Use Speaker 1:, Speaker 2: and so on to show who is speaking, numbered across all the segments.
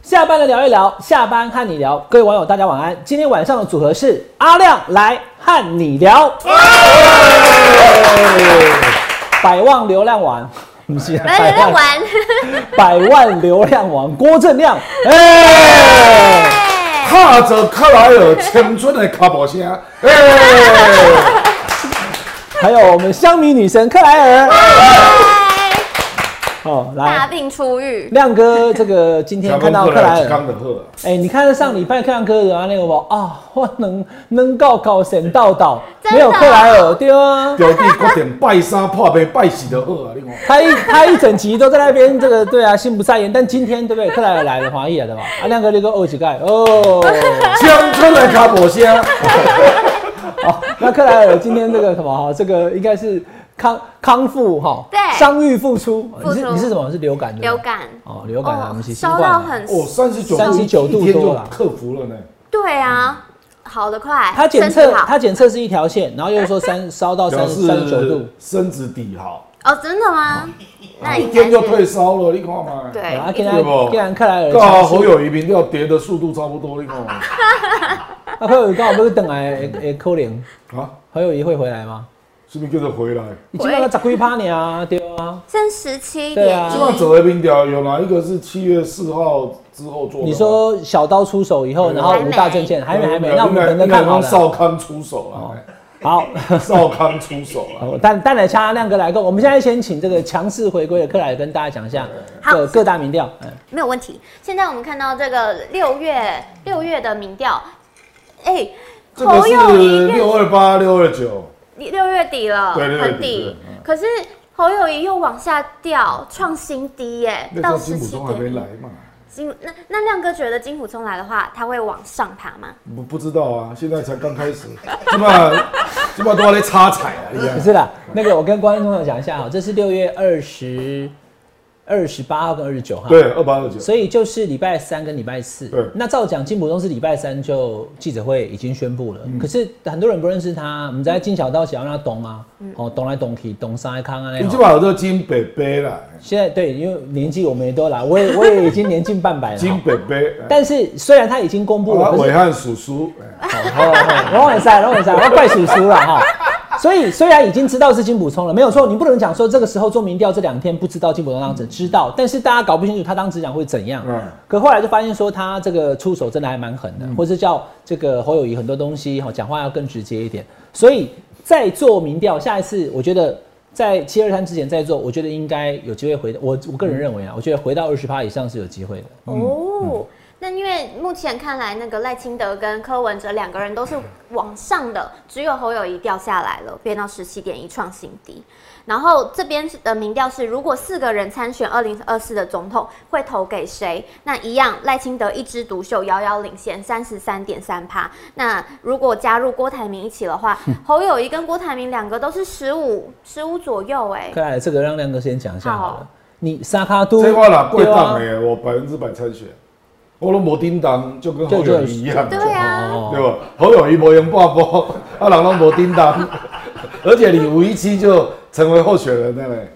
Speaker 1: 下班了聊一聊，下班和你聊。各位网友，大家晚安。今天晚上的组合是阿亮来和你聊，
Speaker 2: 哎
Speaker 1: 百万流量王， 不是
Speaker 2: 来来来 玩，
Speaker 1: 百万流量王郭正亮，哎、
Speaker 3: 踏着克莱尔青春的卡步声，哎，
Speaker 1: 还有我们香米女神克莱
Speaker 2: 哎
Speaker 1: 尔，哦，
Speaker 2: 大
Speaker 1: 来，
Speaker 2: 病初愈，
Speaker 1: 亮哥，这个今天看到克莱尔。
Speaker 3: 刚的喝，
Speaker 1: 哎、你看上礼拜克莱哥的啊那个吧，啊，我能能够搞神道道，
Speaker 2: 真
Speaker 1: 没
Speaker 2: 的啊
Speaker 1: 有克莱尔，对啊，
Speaker 3: 表弟快点拜三破杯拜四的喝啊，你看，
Speaker 1: 他一他一整集都在那边，这个对啊，心不在焉。但今天对不对？克莱尔来了，华裔来的嘛，啊，亮哥那个二乞丐 哦。
Speaker 3: 青春的卡步声，
Speaker 1: 好，哦那克莱尔今天这个什么哈，这个应该是康康复哈，
Speaker 2: 对
Speaker 1: 伤愈复出。
Speaker 2: 复
Speaker 1: 你
Speaker 2: 出
Speaker 1: 是你是什么？是流感的？
Speaker 2: 流感。
Speaker 1: 哦，流感啊，我们是新
Speaker 2: 烧
Speaker 1: 冠
Speaker 2: 到
Speaker 1: 啊。
Speaker 2: 很
Speaker 3: 哦，三十九
Speaker 1: 39度
Speaker 3: 一天
Speaker 1: 多
Speaker 3: 就
Speaker 1: 了
Speaker 3: 克服了呢，
Speaker 2: 对啊，好的快，
Speaker 1: 他检
Speaker 2: 身
Speaker 1: 测
Speaker 2: 体好
Speaker 1: 他检测是一条线，然后又说 三烧到
Speaker 3: 表
Speaker 1: 三
Speaker 3: 示
Speaker 1: 啊三十九度，
Speaker 3: 身子底好，
Speaker 2: 哦，真的吗？那
Speaker 3: 一
Speaker 2: 应
Speaker 3: 天
Speaker 2: 该
Speaker 3: 就是退烧了，你看嘛，
Speaker 2: 对
Speaker 1: 啊，竟
Speaker 3: 对
Speaker 1: 然
Speaker 3: 不
Speaker 1: 竟然克莱尔
Speaker 3: 刚好
Speaker 1: 尝试
Speaker 3: 侯友谊民调跌的速度差不多，你看 嘛，
Speaker 1: 啊，侯友宜刚好不是等来诶诶扣零，
Speaker 3: 啊，
Speaker 1: 侯友宜会回来吗？
Speaker 3: 是不是叫他回来？
Speaker 1: 已经那个十几趴你啊，对啊。
Speaker 2: 剩十七
Speaker 1: 对
Speaker 2: 点
Speaker 1: 啊
Speaker 3: 基本上
Speaker 2: 一，
Speaker 3: 走的民调有哪一个是七月四号之后做的？
Speaker 1: 你说小刀出手以后，
Speaker 3: 嗯
Speaker 1: 然后
Speaker 2: 还
Speaker 1: 五
Speaker 2: 没
Speaker 1: 大证件还没还没，那我们等
Speaker 3: 应
Speaker 1: 着
Speaker 3: 该
Speaker 1: 看好
Speaker 3: 刚刚
Speaker 1: 了。
Speaker 3: 少康出手了。
Speaker 1: 好，
Speaker 3: 少康出手了。
Speaker 1: 好但但来掐亮哥来跟，我们现在先请这个强势回归的克莱尔跟大家讲一下
Speaker 2: 好
Speaker 1: 各各大民调。嗯
Speaker 2: 没有问题。现在我们看到这个六月六月的民调，哎，
Speaker 3: 这个
Speaker 2: 侯友
Speaker 3: 是
Speaker 2: 谊
Speaker 3: 六二八、六二九，
Speaker 2: 六月底了，
Speaker 3: 对六月底
Speaker 2: 很
Speaker 3: 对
Speaker 2: 底，可是侯友谊又往下掉，创新低耶，
Speaker 3: 那时
Speaker 2: 到
Speaker 3: 候
Speaker 2: 十
Speaker 3: 金普
Speaker 2: 七
Speaker 3: 中还没
Speaker 2: 点
Speaker 3: 来
Speaker 2: 一。
Speaker 3: 嘛，
Speaker 2: 金那那亮哥觉得金普聪来的话，他会往上爬吗？
Speaker 3: 不不知道啊，现在才刚开始，起码起码都还在插彩啊，你
Speaker 1: 不
Speaker 3: 看，
Speaker 1: 是啦，那个我跟观众朋友讲一下啊，这是六月二十二十八号跟二十九号。
Speaker 3: 对，二八二九，
Speaker 1: 所以就是礼拜三跟礼拜四。
Speaker 3: 对
Speaker 1: 那照讲，金溥聪是礼拜三就记者会已经宣布了，可是很多人不认识他，我们在金小刀想让他懂啊，
Speaker 2: 嗯
Speaker 1: 哦，懂来懂去，懂三康啊那
Speaker 3: 你起
Speaker 1: 种。
Speaker 3: 码有这个金北北啦，
Speaker 1: 现在对，因为年纪我们也都来，我也我也已经年近半 百了。
Speaker 3: 金
Speaker 1: 哈
Speaker 3: 北北，哎
Speaker 1: 但是虽然他已经公布
Speaker 3: 啊
Speaker 1: 了，可
Speaker 3: 伟
Speaker 1: 是哦
Speaker 3: 汉叔叔，哎
Speaker 1: 我很塞，我很塞，我要怪叔叔了哈。所以虽然已经知道是金溥聪了，没有错，你不能讲说这个时候做民调这两天不知道金溥聪当时知道，但是大家搞不清楚他当时讲会怎样。
Speaker 3: 嗯
Speaker 1: 可后来就发现说他这个出手真的还蛮狠的，或是叫这个侯友谊很多东西哈，讲话要更直接一点。所以再做民调，下一次我觉得在七二三之前再做，我觉得应该有机会回。我我个人认为啊，我觉得回
Speaker 3: 嗯
Speaker 1: 到二十趴以上是有机会的。
Speaker 2: 哦，那因为目前看来，那个赖清德跟柯文哲两个人都是往上的，只有侯友谊掉下来了，变到十七点一创新低。然后这边的民调是，如果四个人参选二零二四的总统，会投给谁？那一样，赖清德一枝独秀，遥遥领先三十三点三趴。那如果加入郭台铭一起的话，侯友谊跟郭台铭两个都是十五十五左右、哎，
Speaker 1: 看来这个让亮哥先讲一下好
Speaker 2: 好
Speaker 1: 了。你沙卡都
Speaker 3: 这话啦，贵
Speaker 1: 对啊
Speaker 3: 档哎，我百分之百参选，我都没叮当，就跟侯友谊一样，
Speaker 2: 对啊。
Speaker 1: 哦
Speaker 3: 对吧？侯友谊无用半波， 啊人拢无叮当， 而且你五一七就成为候选人了嘞。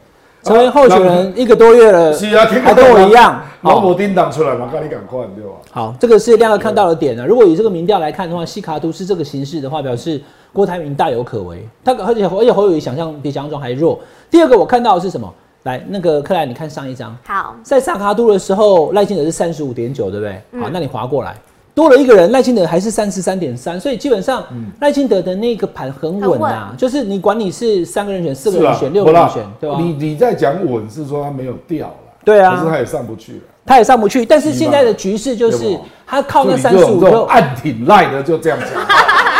Speaker 1: 成为候选人一个多月了，
Speaker 3: 是啊，听
Speaker 1: 还跟我一样。哦
Speaker 3: 老
Speaker 1: 好
Speaker 3: 无叮当出来嘛，跟你赶快对吧？
Speaker 1: 好，这个是亮哥看到的点啊。如果以这个民调来看的话，西卡都是这个形势的话，表示郭台铭大有可为。他而且而且侯友谊想象比想象中还弱。第二个我看到的是什么？来，那个克莱，你看上一张，
Speaker 2: 好，
Speaker 1: 在萨卡都的时候，赖清德是三十五点九，对不
Speaker 3: 嗯
Speaker 1: 对？好，那你划过来，多了一个人，赖清德还是三十三点三，所以基本上
Speaker 3: 嗯
Speaker 1: 赖清德的那个盘很稳啊
Speaker 2: 很，稳
Speaker 1: 就是你管你是三个人选、四个
Speaker 3: 是
Speaker 1: 人
Speaker 3: 啊，
Speaker 1: 选、六
Speaker 3: 不
Speaker 1: 个人
Speaker 3: 啦
Speaker 1: 选，对吧？
Speaker 3: 你你在讲稳是说他没有掉了，
Speaker 1: 对啊
Speaker 3: 可是他也上不去了。
Speaker 1: 他也上不去。但是
Speaker 3: 明白
Speaker 1: 现在的局势就
Speaker 3: 对
Speaker 1: 是
Speaker 3: 吧
Speaker 1: 他靠那
Speaker 3: 就你
Speaker 1: 三
Speaker 3: 这
Speaker 1: 十
Speaker 3: 种
Speaker 1: 五啊
Speaker 3: 这种
Speaker 1: 个
Speaker 3: 暗挺赖的就这 样讲，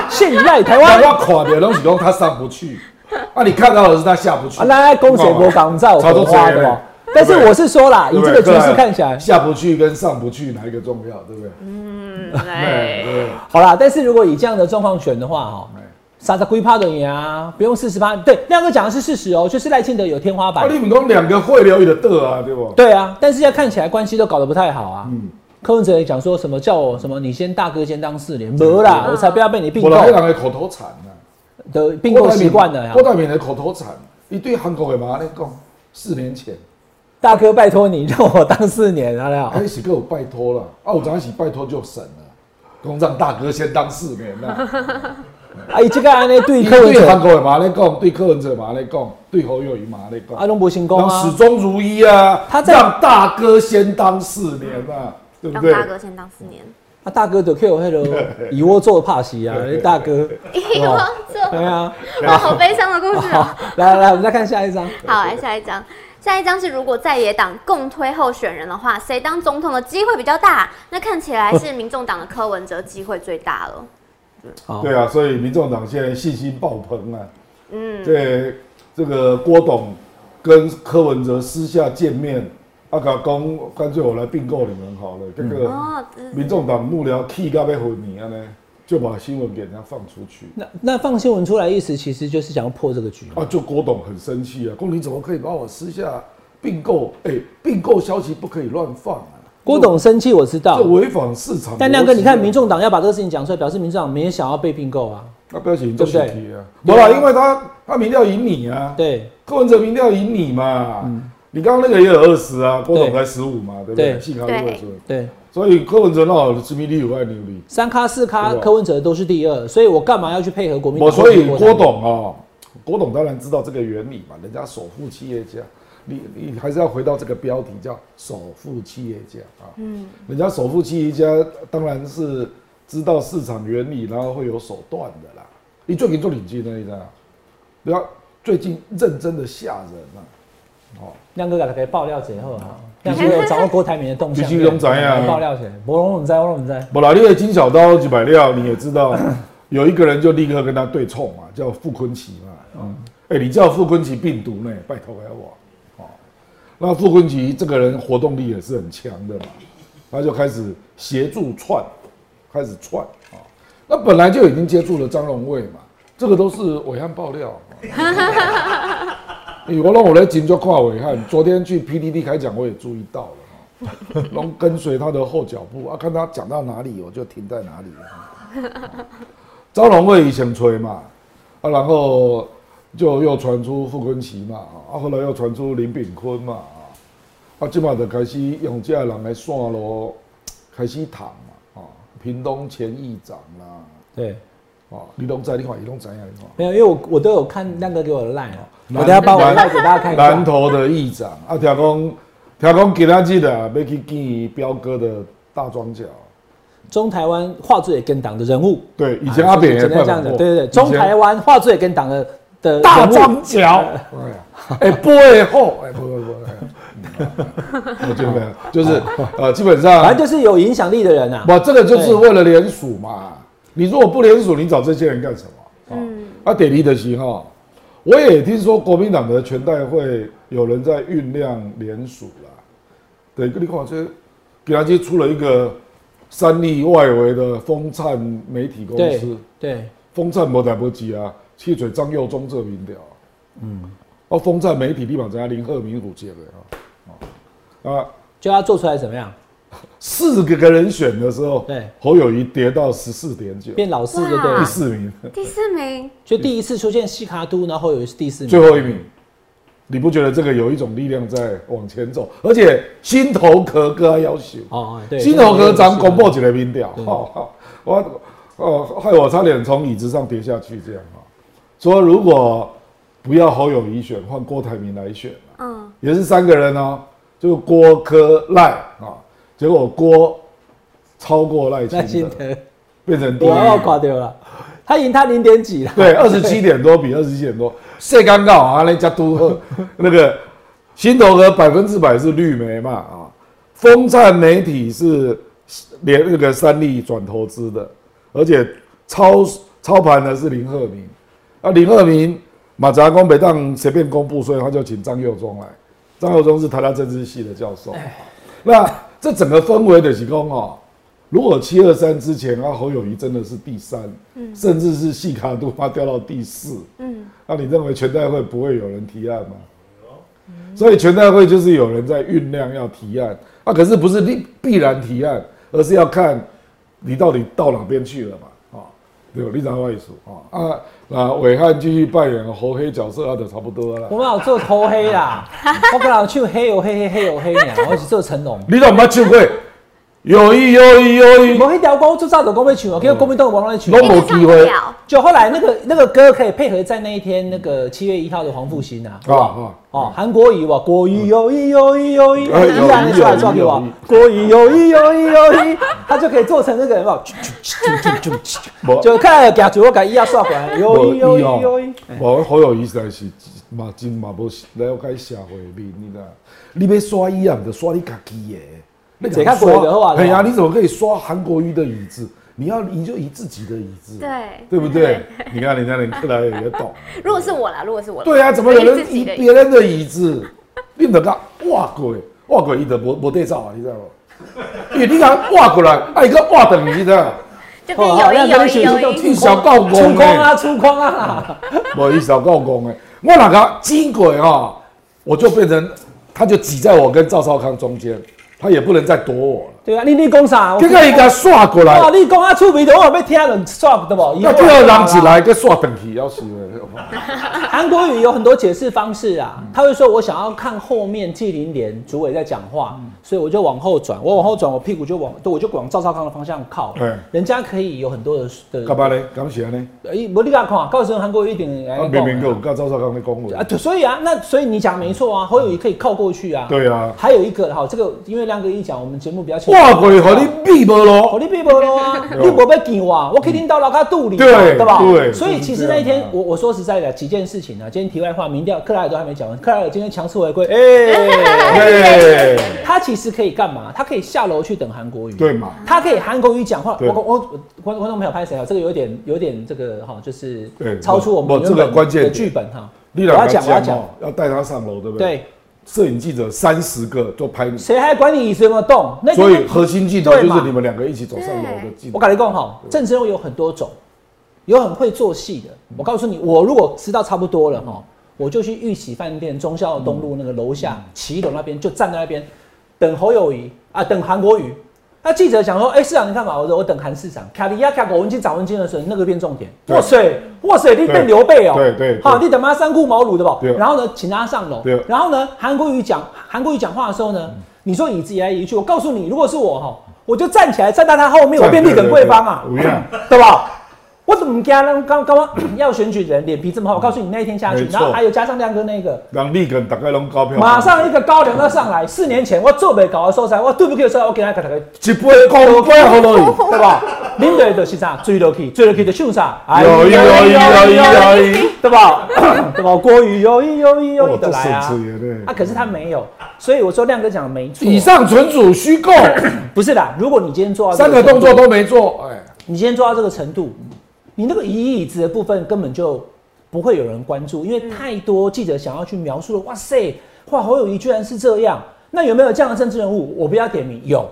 Speaker 1: 现在台湾
Speaker 3: 那我垮的东西说他上不去，啊，你看到的是他下不去。
Speaker 1: 啊，那公水波港在我
Speaker 3: 哦差不
Speaker 1: 国
Speaker 3: 多
Speaker 1: 花
Speaker 3: 这
Speaker 1: 的
Speaker 3: 样
Speaker 1: 嘛。但是我是说啦，以
Speaker 3: 对不
Speaker 1: 啊这
Speaker 3: 对
Speaker 1: 个局势
Speaker 3: 对
Speaker 1: 看起来，
Speaker 3: 下不去跟上不去哪一个重要，对不对？
Speaker 2: 嗯，
Speaker 3: 对
Speaker 2: 来，
Speaker 3: 对
Speaker 1: 好啦，但是如果以这样的状况选的话，哈
Speaker 3: 哎。
Speaker 1: 傻傻龟趴的赢啊，不用四十八。对，亮哥讲的是事实哦，就是赖清德有天花
Speaker 3: 啊，
Speaker 1: 板。
Speaker 3: 你们讲两个会流的得啊，对不？
Speaker 1: 对啊，但是现在看起来关系都搞得不太好啊。
Speaker 3: 嗯
Speaker 1: 柯文哲也讲说什么叫我什么你先大哥先当四连，没啦，
Speaker 2: 嗯
Speaker 1: 我才不要被你并
Speaker 3: 我
Speaker 1: 购
Speaker 3: 来人的口头禅啊，
Speaker 1: 的并购习惯了呀
Speaker 3: 郭。台铭的口头禅，一对韩国的嘛，你讲四年前，
Speaker 1: 大哥，拜托你让我当四年，好不啊好？
Speaker 3: 开始给我哎拜托了，啊，我早起拜托就神了，公让大哥先当四年 啦。
Speaker 1: 啊，伊即个安尼对
Speaker 3: 你
Speaker 1: 柯文
Speaker 3: 对
Speaker 1: 哲，
Speaker 3: 韩国的嘛来讲，对柯文哲嘛来讲，对侯友谊嘛来
Speaker 1: 啊，
Speaker 3: 讲，
Speaker 1: 拢无成功
Speaker 3: 然后
Speaker 1: 啊
Speaker 3: 始。终如一啊，
Speaker 1: 他在
Speaker 3: 让大哥先当四年啊，对不
Speaker 2: 让
Speaker 3: 对？
Speaker 2: 大哥先当四 年，
Speaker 1: 啊，大哥就 Q 迄 个以窝做怕死啊，那大哥。
Speaker 2: 一
Speaker 1: 哇
Speaker 2: 光
Speaker 1: 对
Speaker 2: 这
Speaker 1: 啊，
Speaker 2: 哇，好悲伤的故事 哦。
Speaker 1: 好，来来来，我们再看下一张。
Speaker 2: 好，来下一张。下一张是如果在野党共推候选人的话，谁当总统的机会比较大？那看起来是民众党的柯文哲机会最大了。
Speaker 1: 好，
Speaker 3: 对啊，所以民众党现在信心爆棚啊。
Speaker 2: 嗯，
Speaker 3: 这这个郭董跟柯文哲私下见面，阿甲讲，干脆我来并购你们好了。这
Speaker 1: 嗯
Speaker 3: 个
Speaker 2: 哦，这
Speaker 3: 民众党幕僚 K 到被混你啊呢，就把新闻给人家放出去。
Speaker 1: 那那放新闻出来，意思其实就是想要破这个局嘛。
Speaker 3: 啊，就郭董很生气啊，郭你怎么可以把我私下并购？哎、并购消息不可以乱放啊！
Speaker 1: 郭董生气我知道
Speaker 3: 这，违反市场。啊
Speaker 1: 但亮哥，你看民，众党要把这个事情讲出来，表示民众党没有想要被并购啊。
Speaker 3: 那不要紧，这
Speaker 1: 对不对
Speaker 3: 选题啊，没啦，因为他他民调赢你啊，
Speaker 1: 对，
Speaker 3: 柯文哲民调赢你嘛，你刚刚那个也有二十啊，郭董
Speaker 1: 嗯对
Speaker 3: 才十五嘛，对不对？
Speaker 1: 对
Speaker 3: 幸好有二十，
Speaker 1: 对，
Speaker 3: 所以柯文哲那好殖民地有爱牛力。
Speaker 1: 三咖四咖
Speaker 3: 对吧
Speaker 1: 柯文哲都是第二，所以我干嘛要去配合国民党？
Speaker 3: 我所以郭董啊、郭董当然知道这个原理嘛，人家首富企业家，你你还是要回到这个标题叫首富企业家啊，嗯，人家首富企业家当然是知道市场原理，然后会有手段的啦。你最近做领军那一张，不要最近认真的吓人啊，哦。
Speaker 1: 亮哥给大家爆料之后哈，亮哥有掌握郭台铭的动向，
Speaker 3: 其实都知道啊
Speaker 1: 爆料起来，我拢唔知，我拢唔知。
Speaker 3: 本来因为金小刀几百料，你也知道，有一个人就立刻跟他对冲嘛，叫傅昆奇嘛。嗯，哎、你叫傅昆奇病毒呢？拜托给我。哦，那傅昆奇这个人活动力也是很强的嘛，他就开始协助串，开始串啊、哦那本来就已经接触了张荣卫嘛，这个都是伟汉爆料。哦哎我让我来锦州跨伟汉，昨天去 PDD 开讲，我也注意到了。哦然后跟随他的后脚步啊，看他讲到哪里，我就停在哪里。 张荣惠以前吹嘛，啊，然后就又传出傅昆奇嘛，啊，后来又传出林炳坤嘛，啊，啊，今嘛就开始用这个人来算咯，开始谈嘛，啊，屏东前议长啦，
Speaker 1: 对，
Speaker 3: 啊，你拢知，你看，你拢知影，你看。
Speaker 1: 没有，因为我我都有看亮哥给我的 line 啊，我
Speaker 3: 南
Speaker 1: 等一下把我的
Speaker 3: 南
Speaker 1: line 给大家看一
Speaker 3: 南
Speaker 1: 下。
Speaker 3: 投的议长啊，听讲，听讲今仔日啊，要去见彪哥的大庄脚。
Speaker 1: 中台湾话最也跟党的人物，
Speaker 3: 对，以前阿扁也
Speaker 1: 简
Speaker 3: 拜
Speaker 1: 单这
Speaker 3: 访
Speaker 1: 样的，
Speaker 3: 过。
Speaker 1: 对对对，
Speaker 3: 以前
Speaker 1: 中台湾话最也跟党的的
Speaker 3: 大
Speaker 1: 人物
Speaker 3: 庄脚，哎， 背后，哎，不不不，哎嗯我觉 得就是呃，基本
Speaker 1: 反
Speaker 3: 上
Speaker 1: 正就是有影响力的人啊。
Speaker 3: 我这个就是为了联署嘛。你如果不联署，你找这些人干什么？啊，啊，得力的行哈。我也听说国民党的全代会有人在酝酿联署啦。对，跟你看这，给他去出了一个三立外围的风灿媒体公
Speaker 1: 对
Speaker 3: 司。
Speaker 1: 对，
Speaker 3: 风扇没来不及啊，去嘴张佑忠这民调、啊，嗯，哦，风扇媒体立马在林鹤鸣主接的啊，啊，
Speaker 1: 就要做出来怎么样？
Speaker 3: 四个个人选的时候，
Speaker 1: 对
Speaker 3: 侯友谊跌到十四点九，
Speaker 1: 变老四就对
Speaker 2: 哇
Speaker 1: 了
Speaker 3: 第，四名，
Speaker 2: 第四名，
Speaker 1: 就第一次出现西卡都，然后有一次第四名
Speaker 3: 最，后一名，你不觉得这个有一种力量在往前走？而且心头壳更要求，
Speaker 1: 哦，哦对，
Speaker 3: 心头壳咱公布
Speaker 1: 布
Speaker 3: 一个民调，哦我哦害我差点从椅子上跌下去，这样啊、哦，说如果不要侯友谊选，换郭台铭来选、啊，
Speaker 2: 嗯，
Speaker 3: 也是三个人哦，就是郭柯赖啊，结果郭超过赖
Speaker 1: 耐
Speaker 3: 清
Speaker 1: 心
Speaker 3: 德，
Speaker 1: 的，
Speaker 3: 变成第一
Speaker 1: 我要
Speaker 3: 名，
Speaker 1: 垮掉了，他赢他零点几了，
Speaker 3: 对，二十七点多比二十七点多，最尴尬啊，那家都那个心头壳百分之百是绿媒嘛啊，风灿媒体是连那个三立转投资的，而且操操盘的是林鹤鸣，啊林鹤鸣马扎公北当随便公布，所以他就请张佑忠来，张佑忠是台大政治系的教授，那这整个氛围的是讲哦。如果七二三之前，啊侯友谊真的是第三，甚至是细卡度他掉到第四，
Speaker 2: 嗯，
Speaker 3: 那你认为全代会不会有人提案吗？所以全代会就是有人在酝酿要提案，啊，可是不是必必然提案，而是要看你到底到哪边去了嘛，啊、对，你知道我意思啊啊，那伟汉继续扮演猴黑角色，啊，就差不多了
Speaker 1: 我
Speaker 3: 啦。
Speaker 1: 们有做头黑啦，我跟人唱黑有黑黑黑有黑俩，我是做成龙。
Speaker 3: 你怎么捌唱过？有意有意有意
Speaker 1: 我，迄条歌我做早就讲要唱哦，结果
Speaker 3: 嗯
Speaker 1: 国民党无让你唱。
Speaker 3: 都
Speaker 2: 哎
Speaker 3: 没机会
Speaker 2: 了。
Speaker 1: 就后来那个那个歌可以配合在那一天那个七月一号的黄复兴啊，
Speaker 3: 啊啊！
Speaker 1: 哦，韩国语哇，国语有一有一有一，
Speaker 3: 哎有
Speaker 1: 依然
Speaker 3: 有
Speaker 1: 出来抓
Speaker 3: 有
Speaker 1: 给我
Speaker 3: 有，
Speaker 1: 国语有一有一有一，他就可以做成那个什么，
Speaker 3: 无
Speaker 1: 就看了夹住我把伊啊刷过来，有一有一有一，
Speaker 3: 无好有意思的是，嘛真嘛无了解社会面，你知道？你要刷伊啊，毋着刷你家己的。那
Speaker 1: 这较贵就好啊
Speaker 3: 哎
Speaker 1: 对吧
Speaker 3: 呀，你怎么可以刷韩国瑜的椅子？你要移就移自己的椅子，
Speaker 2: 对
Speaker 3: 对不对？你看人家连克莱尔也懂。
Speaker 2: 如果是我啦，如果是我啦，
Speaker 3: 对啊，怎么有
Speaker 2: 我一
Speaker 3: 人
Speaker 2: 直
Speaker 3: 移
Speaker 2: 挤的
Speaker 3: 别人的椅子？你怎个挖过？挖过伊就无无地走啊，你知道无？因为你讲挖过来，啊，伊个挖等于的，
Speaker 2: 就变
Speaker 3: 哦
Speaker 2: 有一有一有一，
Speaker 3: 一小到五
Speaker 1: 出
Speaker 3: 呢
Speaker 1: 框啊出框啊，
Speaker 3: 无伊少够讲诶。我哪个经过哦，我就变成他就挤在我跟赵少康中间，他也不能再躲我了。
Speaker 1: 对啊，你你讲啥？我
Speaker 3: 结果伊甲刷过来
Speaker 1: 哇，，你讲啊出名的，我要听人刷对不？
Speaker 3: 那第二人起来，佮刷等去，要死
Speaker 1: 哦
Speaker 3: 诶！
Speaker 1: 韩国语有很多解释方式啊，
Speaker 3: 嗯
Speaker 1: 他会说我想要看后面纪凌莲主委在讲话，
Speaker 3: 嗯
Speaker 1: 所以我就往后转，我往后转，我屁股就往，对，我就往赵少康的方向靠
Speaker 3: 嗯。
Speaker 1: 人家可以有很多的
Speaker 3: 干
Speaker 1: 的，
Speaker 3: 嘛呢？敢是安尼？
Speaker 1: 哎，无你敢看，到时候韩国瑜一定来
Speaker 3: 啊，
Speaker 1: 讲
Speaker 3: 明明佮有甲赵少康咧讲
Speaker 1: 哎啊，
Speaker 3: 话。
Speaker 1: 对，所以啊，那所以你讲没错啊，侯友谊可以靠过去啊。
Speaker 3: 对啊，
Speaker 1: 还有一个哈，这个因为亮哥一讲，我们节目比较清楚
Speaker 3: 哇，过互你避无
Speaker 1: 我
Speaker 3: 咯。
Speaker 1: 你别无咯啊，
Speaker 3: 对
Speaker 1: 你无要见我啊，我可以听到老卡肚里啊，
Speaker 3: 对
Speaker 1: 吧？
Speaker 3: 对
Speaker 1: 所以其实
Speaker 3: 就是这样
Speaker 1: 那一天
Speaker 3: 啊，
Speaker 1: 我我说实在的，几件事情啊，今天题外话，民调克莱尔都还没讲完，克莱尔今天强势回归，哎、
Speaker 3: 对
Speaker 1: 他其实可以干嘛？他可以下楼去等韩国瑜，
Speaker 3: 对嘛，
Speaker 1: 他可以韩国瑜讲话。
Speaker 3: 对
Speaker 1: 我我我观观众朋友拍谁啊？这个有点有点这个哈，就是
Speaker 3: 对
Speaker 1: 超出我
Speaker 3: 我
Speaker 1: 们原
Speaker 3: 这个
Speaker 1: 本
Speaker 3: 关键
Speaker 1: 的
Speaker 3: 点
Speaker 1: 剧本哈。
Speaker 3: 你
Speaker 1: 我要
Speaker 3: 俩
Speaker 1: 讲，我要讲，
Speaker 3: 哦，要带他上楼，对不对？
Speaker 1: 对
Speaker 3: 对，，摄影记者三十个都拍你，
Speaker 1: 谁还管你椅子有没有动？那
Speaker 3: 所
Speaker 1: 天
Speaker 3: 以核心镜头
Speaker 1: 对
Speaker 3: 就
Speaker 1: 嘛
Speaker 3: 是你们两个一起走上楼的镜
Speaker 1: 我
Speaker 3: 头。
Speaker 1: 跟你讲哈，政治人物有很多种，有很会做戏的。
Speaker 3: 嗯
Speaker 1: 我告诉你，我如果知道差不多了哈，我就去玉玺饭店忠孝东路那个楼
Speaker 3: 嗯
Speaker 1: 下骑楼那边，就站在那边等侯友谊啊，等韩国瑜。那记者讲说，哎、市长你干嘛？我说我等韩市长。卡利亚卡狗文金找文金的时候，那个变重点。
Speaker 3: 对
Speaker 1: 哇塞，哇塞，你
Speaker 3: 对
Speaker 1: 变刘备哦、
Speaker 3: 对对
Speaker 1: 好，
Speaker 3: 对
Speaker 1: 你等妈三顾茅庐的吧
Speaker 3: 对。
Speaker 1: 然后呢，请他上楼
Speaker 3: 对。嗯
Speaker 1: 然后呢，韩国瑜讲韩国瑜讲话的时候呢，你说椅子移来移去，我告诉你，如果是我哈，我就站起来站在他后面，哎我变立耿桂芳啊
Speaker 3: 对对对对，
Speaker 1: 对吧？我怎么加让刚刚要选举人脸皮这么厚？我告诉你，那一天下去
Speaker 3: 没，错
Speaker 1: 然后还有加上亮哥那个，
Speaker 3: 让立根大概拢高票，
Speaker 1: 马上一个高粱要上来。四年前我做没搞的收财，我对不起收财，我给他给他个
Speaker 3: 一杯公杯好落
Speaker 1: 对 吧？领导就是啥，追落去，追落去就唱啥，哎
Speaker 3: 去，有意有意有意有意，
Speaker 1: 对吧？对吧？国语有一有一有一
Speaker 3: 我
Speaker 1: 的
Speaker 3: 哦这
Speaker 1: 来啊
Speaker 3: 神！职耶
Speaker 1: 啊，可是他没有，所以我说亮哥讲的没错。
Speaker 3: 以上纯属虚构，
Speaker 1: 不是啦，如果你今天做到这
Speaker 3: 三个
Speaker 1: 程
Speaker 3: 动
Speaker 1: 度
Speaker 3: 作，都没做，哎，
Speaker 1: 你今天做到这个程度，你那个移椅子的部分根本就不会有人关注，因为太多记者想要去描述了。哇塞，哇侯友谊居然是这样，那有没有这样的政治人物？我不要点名，有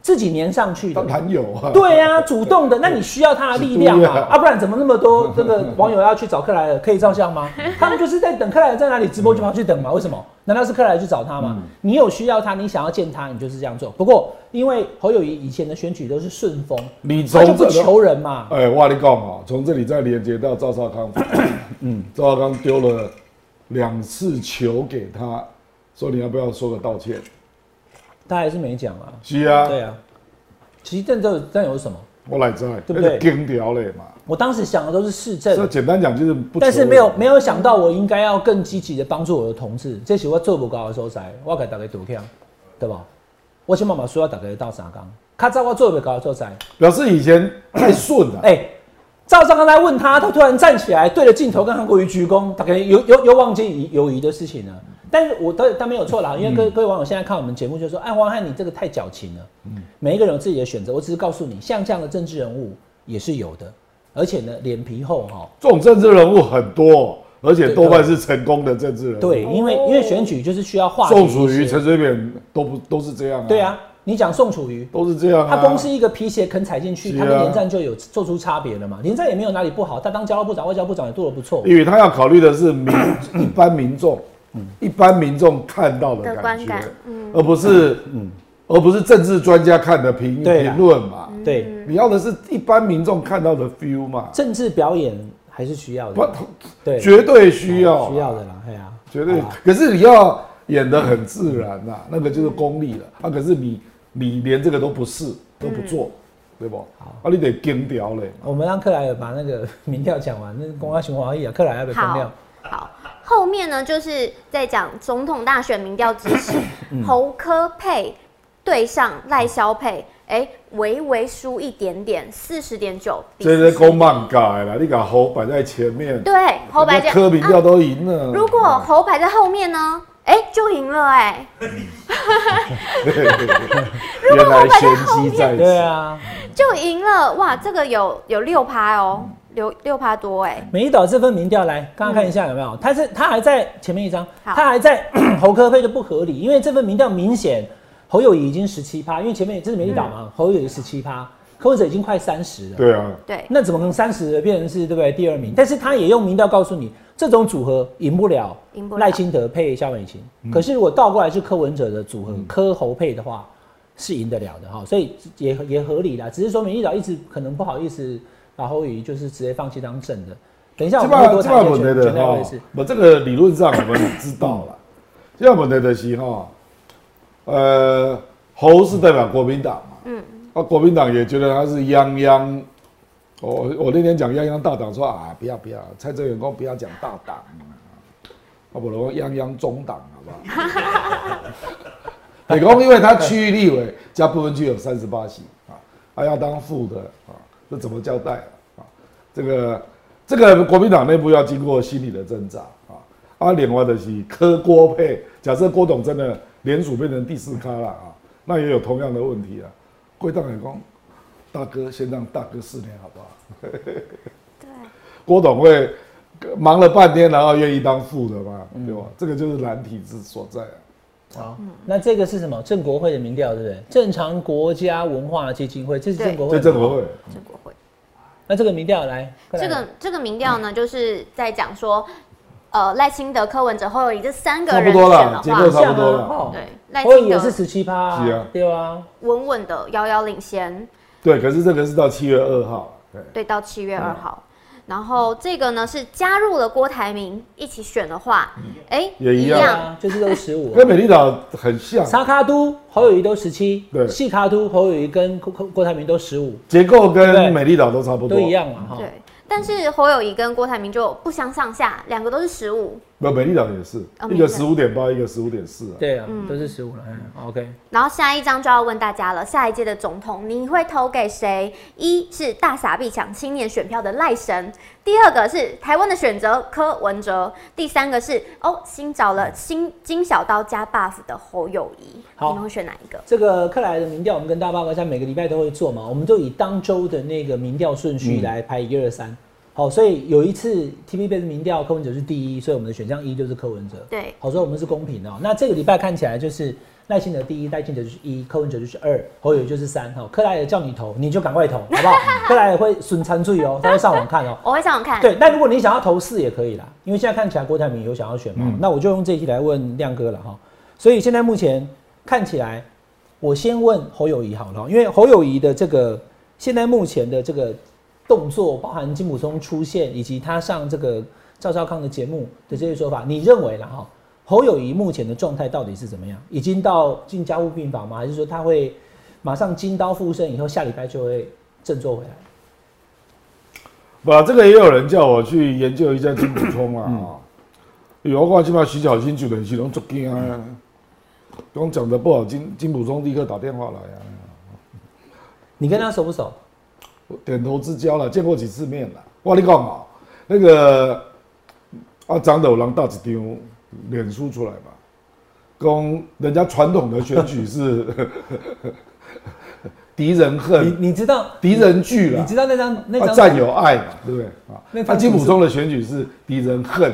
Speaker 1: 自己粘上去的
Speaker 3: 当。然有啊。
Speaker 1: 对呀、主动的，那你需要他的力量
Speaker 3: 对
Speaker 1: 啊
Speaker 3: 啊，
Speaker 1: 啊，不然怎么那么多这个网友要去找克莱尔？可以照相 吗？他们就是在等克莱尔在哪里直播就跑去等嘛？为什么？难道是克莱尔去找他吗？
Speaker 3: 嗯
Speaker 1: 你有需要他，你想要见他，你就是这样做。不过因为侯友谊以前的选举都是顺风，
Speaker 3: 你
Speaker 1: 他就
Speaker 3: 从
Speaker 1: 不
Speaker 3: 这
Speaker 1: 求人嘛。
Speaker 3: 哎，我跟你讲啊，从这里再连接到赵少 康，嗯，赵少康丢了两次球给他，说你要不要说个道歉？
Speaker 1: 他还是没讲啊。
Speaker 3: 是啊，
Speaker 1: 对啊，其实这这这有什么？
Speaker 3: 我来在，
Speaker 1: 对不对
Speaker 3: 那就跟掉嘞嘛。
Speaker 1: 我当时想的都是市
Speaker 3: 所以
Speaker 1: 政，啊
Speaker 3: 简单讲就是不，
Speaker 1: 但是没有没有想到我应该要更积极的帮助我的同志，这是我做不到的所在，我给大家道歉，对吧？我先慢慢说，大家到三讲，较早我做不到的所在，
Speaker 3: 表示以前太顺了、
Speaker 1: 哎、赵尚刚才问他，他突然站起来对着镜头跟韩国瑜鞠躬，大概又又又忘记友谊的事情了。但是我但但没有错啦，因为各各位网友现在看我们节目就说，哎，黄汉你这个太矫情了。每一个人有自己的选择，我只是告诉你，像这样的政治人物也是有的，而且呢，脸皮厚哈、
Speaker 3: 这种政治人物很多，而且多半是成功的政治人物。
Speaker 1: 对，，因为因为选举就是需要化解
Speaker 3: 宋
Speaker 1: 一
Speaker 3: 楚瑜、
Speaker 1: 些
Speaker 3: 陈水扁都不都是这样啊。
Speaker 1: 对，啊，你讲宋楚瑜，
Speaker 3: 都是这样、啊。
Speaker 1: 他光是一个皮鞋肯踩进去，
Speaker 3: 是
Speaker 1: 他
Speaker 3: 啊
Speaker 1: 跟连战就有做出差别了嘛。连战也没有哪里不好，他当交通部长、外交部长也做的不错。
Speaker 3: 因为他要考虑的是民一般民众，一般民众看到嗯的
Speaker 2: 的
Speaker 3: 感嗯
Speaker 2: 观
Speaker 3: 觉，
Speaker 2: 感
Speaker 3: 而不是，而不是政治专家看的评
Speaker 1: 对啊
Speaker 3: 评论嘛。
Speaker 1: 对，
Speaker 3: 你要的是一般民众看到的 feel 嘛，
Speaker 1: 政治表演还是需要
Speaker 3: 不
Speaker 1: 的，，对，
Speaker 3: 绝对需要，啊
Speaker 1: 需要的，啦，哎呀，
Speaker 3: 绝对
Speaker 1: 好吧。
Speaker 3: 可是你要演的很自然呐、那个就是功力了啊。可是你你连这个都不是，都不做，对不？啊，你得精雕嘞。
Speaker 1: 我们让克莱尔把那个 民调讲完，那公安循环而已啊，克莱尔被封掉
Speaker 2: 好，好，后面呢就是在讲总统大选民调支持，
Speaker 3: 嗯
Speaker 2: 侯科佩对上赖萧佩，哎、微微输一点点，四十点九比
Speaker 3: 这是
Speaker 2: 40。
Speaker 3: 公漫改了，你把猴摆在前面，
Speaker 2: 对，侯白
Speaker 3: 人
Speaker 2: 家
Speaker 3: 家柯民调都赢了。
Speaker 2: 啊 如果侯摆在后面呢？哎、就赢了哎、
Speaker 3: 原来玄机在
Speaker 1: 对
Speaker 3: 此，
Speaker 1: 啊，
Speaker 2: 就赢了哇！这个有有六趴哦，
Speaker 3: 嗯
Speaker 2: 六六趴多哎、
Speaker 1: 美丽岛这份民调来，刚刚看一下有没有？它是它还在前面一张，
Speaker 2: 好
Speaker 1: 它还在 侯科佩就不合理，因为这份民调明显侯友谊已经十七趴，因为前面这是美丽岛嘛，侯友谊十七趴，柯文哲已经快三十了，
Speaker 3: 对啊，
Speaker 2: 对，
Speaker 1: 那怎么可能三十变成是对不对第二名？但是他也用民调告诉你，这种组合赢不了
Speaker 2: 赢不了
Speaker 1: 赖清德配萧美琴。
Speaker 3: 嗯
Speaker 1: 可是如果倒过来是柯文哲的组合，柯侯配的话是赢得了的哈，所以也也合理啦。只是说民进党一直可能不好意思把侯友宜就是直接放弃当正的。等一下我
Speaker 3: 这
Speaker 1: 们会
Speaker 3: 把
Speaker 1: 多
Speaker 3: 这
Speaker 1: 谈
Speaker 3: 把
Speaker 1: 一下
Speaker 3: 问
Speaker 1: 全
Speaker 3: 题
Speaker 1: 全
Speaker 3: 的
Speaker 1: 台
Speaker 3: 哈
Speaker 1: 湾的事。，嗯
Speaker 3: 我这个理论上我们知道了，这样问题的是哈，呃，侯是代表国民党嘛，嗯，啊，国民党也觉得他是泱泱，我我那天讲泱泱大党说啊，不要不要，蔡政员工不要讲大党啊，啊，不如泱泱中党好不好？ 北宫因为他区域立委加部分区有三十八席啊，他要当副的啊，这怎么交代啊？啊这个这个国民党内部要经过心理的挣扎啊。啊，另外的是柯郭配，假设郭董真的联署变成第四咖了啊，那也有同样的问题啊。贵党也讲，大哥先让大哥四年好不好？
Speaker 2: 对，
Speaker 3: 郭董会忙了半天，然后愿意当副的嘛，
Speaker 1: 嗯
Speaker 3: 对吧？这个就是难题之所在啊。
Speaker 1: 好，
Speaker 2: 嗯
Speaker 1: 那这个是什么？正国会的民调对不对？正常国家文化基金会，这是
Speaker 2: 对
Speaker 1: 正国会
Speaker 3: 在
Speaker 1: 的。
Speaker 3: 政委会，
Speaker 2: 这国会。
Speaker 1: 那这个民调来，克莱
Speaker 2: 这
Speaker 1: 尔
Speaker 2: 个这个民调呢，就是在讲说，呃，赖清德、柯文哲、侯友谊这三个
Speaker 3: 差不
Speaker 2: 人
Speaker 3: 多
Speaker 2: 选
Speaker 3: 啦
Speaker 2: 的
Speaker 3: 结构
Speaker 2: 话，
Speaker 3: 差不多了
Speaker 1: 像啊哦
Speaker 2: 对，赖
Speaker 1: 侯友宜
Speaker 2: 清
Speaker 1: 也是
Speaker 2: 德
Speaker 1: 十七趴，
Speaker 3: 是啊
Speaker 1: 对啊。
Speaker 2: 稳稳的遥遥领先，
Speaker 3: 对，可是这个是到七月二号，对，
Speaker 2: 对，到七月二
Speaker 1: 嗯
Speaker 2: 号。然后这个呢是加入了郭台铭一起选的话，
Speaker 1: 嗯
Speaker 2: 哎、
Speaker 3: 也一
Speaker 2: 一
Speaker 3: 样
Speaker 1: 对啊，就是都十 五。
Speaker 3: 跟美丽岛很像，
Speaker 1: 沙卡都侯友谊都十七，
Speaker 3: 对
Speaker 1: 细卡都侯友谊跟郭郭郭台铭都十五，
Speaker 3: 结构
Speaker 1: 对
Speaker 3: 跟美丽岛都差不多，
Speaker 1: 都一。样嘛哈。
Speaker 2: 对，但是侯友谊跟郭台铭就不相上下，两个都是十五。
Speaker 3: 那美丽岛也是
Speaker 2: 哦，
Speaker 3: 一
Speaker 2: 美丽岛
Speaker 3: 个十五点八，一个十五点四啊。
Speaker 1: 对啊，都是十五了。嗯 OK，
Speaker 2: 然后下一章就要问大家了，下一届的总统你会投给谁？一是大傻必抢青年选票的赖神，第二个是台湾的选择柯文哲，第三个是哦新找了新金小刀加 buff 的侯友谊。
Speaker 1: 好
Speaker 2: 你们会选哪一个？
Speaker 1: 这个克莱的民调，我们跟大家报告一下，每个礼拜都会做嘛，我们就以当周的那个民调顺序来排一二三。好，所以有一次 TVB 的民调，柯文哲是第一，所以我们的选项一就是柯文哲。
Speaker 2: 对
Speaker 1: 好，所以我们是公平的哦、那这个礼拜看起来就是赖清德第一，赖清德就是一，柯文哲就是二，侯友宜就是三。哈、克莱尔叫你投，你就赶快投，好不好？克莱尔会损残罪哦，他会上网看哦。
Speaker 2: 我会上网看。
Speaker 1: 对，那如果你想要投四也可以啦，因为现在看起来郭台铭有想要选嘛，那我就用这一题来问亮哥了哈。所以现在目前看起来，我先问侯友谊好了哈，因为侯友谊的这个现在目前的这个动作，包含金溥聪出现以及他上这个赵少康的节目的这些说法，你认为了哈？侯友谊目前的状态到底是怎么样？已经到进加护病房吗？还是说他会马上金刀附身，以后下礼拜就会振作回来？
Speaker 3: 不，这个也有人叫我去研究一下金普聪啊。啊
Speaker 1: 嗯
Speaker 3: 有我看起码徐小新就等是拢作惊啊，讲讲的不好，金金普聪立刻打电话来啊，
Speaker 1: 你跟他熟不熟？
Speaker 3: 我点头之交了，见过几次面了。哇，你讲啊，那个啊，张斗郎大一张脸书出来嘛，讲人家传统的选举是 敌人恨，
Speaker 1: 你你知道
Speaker 3: 敌人惧了
Speaker 1: 你知。道那张那
Speaker 3: 啊，
Speaker 1: 张
Speaker 3: 战友爱嘛，对不对啊？
Speaker 1: 那
Speaker 3: 那
Speaker 1: 张
Speaker 3: 金普中的选举是敌人恨，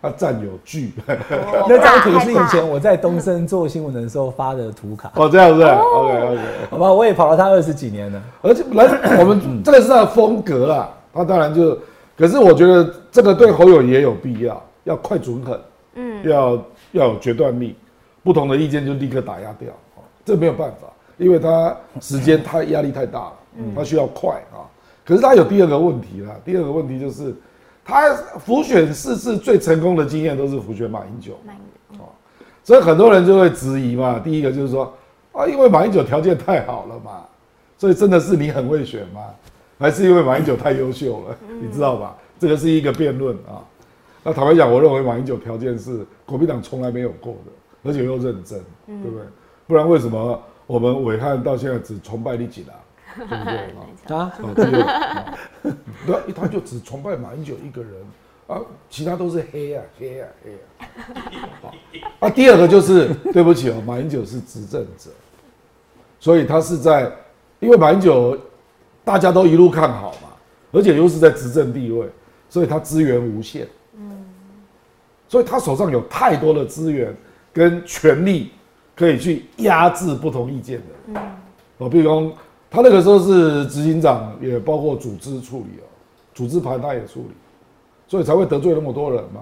Speaker 3: 啊，战友惧。
Speaker 2: 我
Speaker 1: 那张
Speaker 2: 怕
Speaker 1: 图是
Speaker 2: 害
Speaker 1: 以
Speaker 2: 怕
Speaker 1: 前我在东升做新闻的时候发的图卡，
Speaker 3: 哦，这样子，OK OK。
Speaker 1: 好吧，我也跑了他二十几年了。
Speaker 3: 而且来，我们这个是他的风格啦，他当然就，可是我觉得这个对侯友宜也有必要，要快准狠，嗯，要要有决断力，不同的意见就立刻打压掉，哦这没有办法。因为他时间太压力太大了，他需要快啊。可是他有第二个问题啦，第二个问题就是，他浮选四次最成功的经验都是浮选马英九，嗯哦
Speaker 2: 蛮
Speaker 3: 所以很多人就会质疑嘛。第一个就是说，啊，因为马英九条件太好了嘛，所以真的是你很会选吗？还是因为马英九太优秀了？你知道吧？这个是一个辩论啊。那坦白讲，我认为马英九条件是国民党从来没有过的，而且又认真，对不对？不然为什么我们伟汉到现在只崇拜李锦啊？对不对？啊
Speaker 1: 啊，
Speaker 3: 哦，只有啊 对，他就只崇拜马英九一个人啊，其他都是黑啊黑啊黑啊。好啊，第二个就是对不起哦，马英九是执政者，所以他是在，因为马英九大家都一路看好嘛，而且又是在执政地位，所以他资源无限。所以他手上有太多的资源跟权力，可以去压制不同意见的人。哦，比如说他那个时候是执行长，也包括组织处理哦，组织盘他也处理，所以才会得罪那么多人嘛。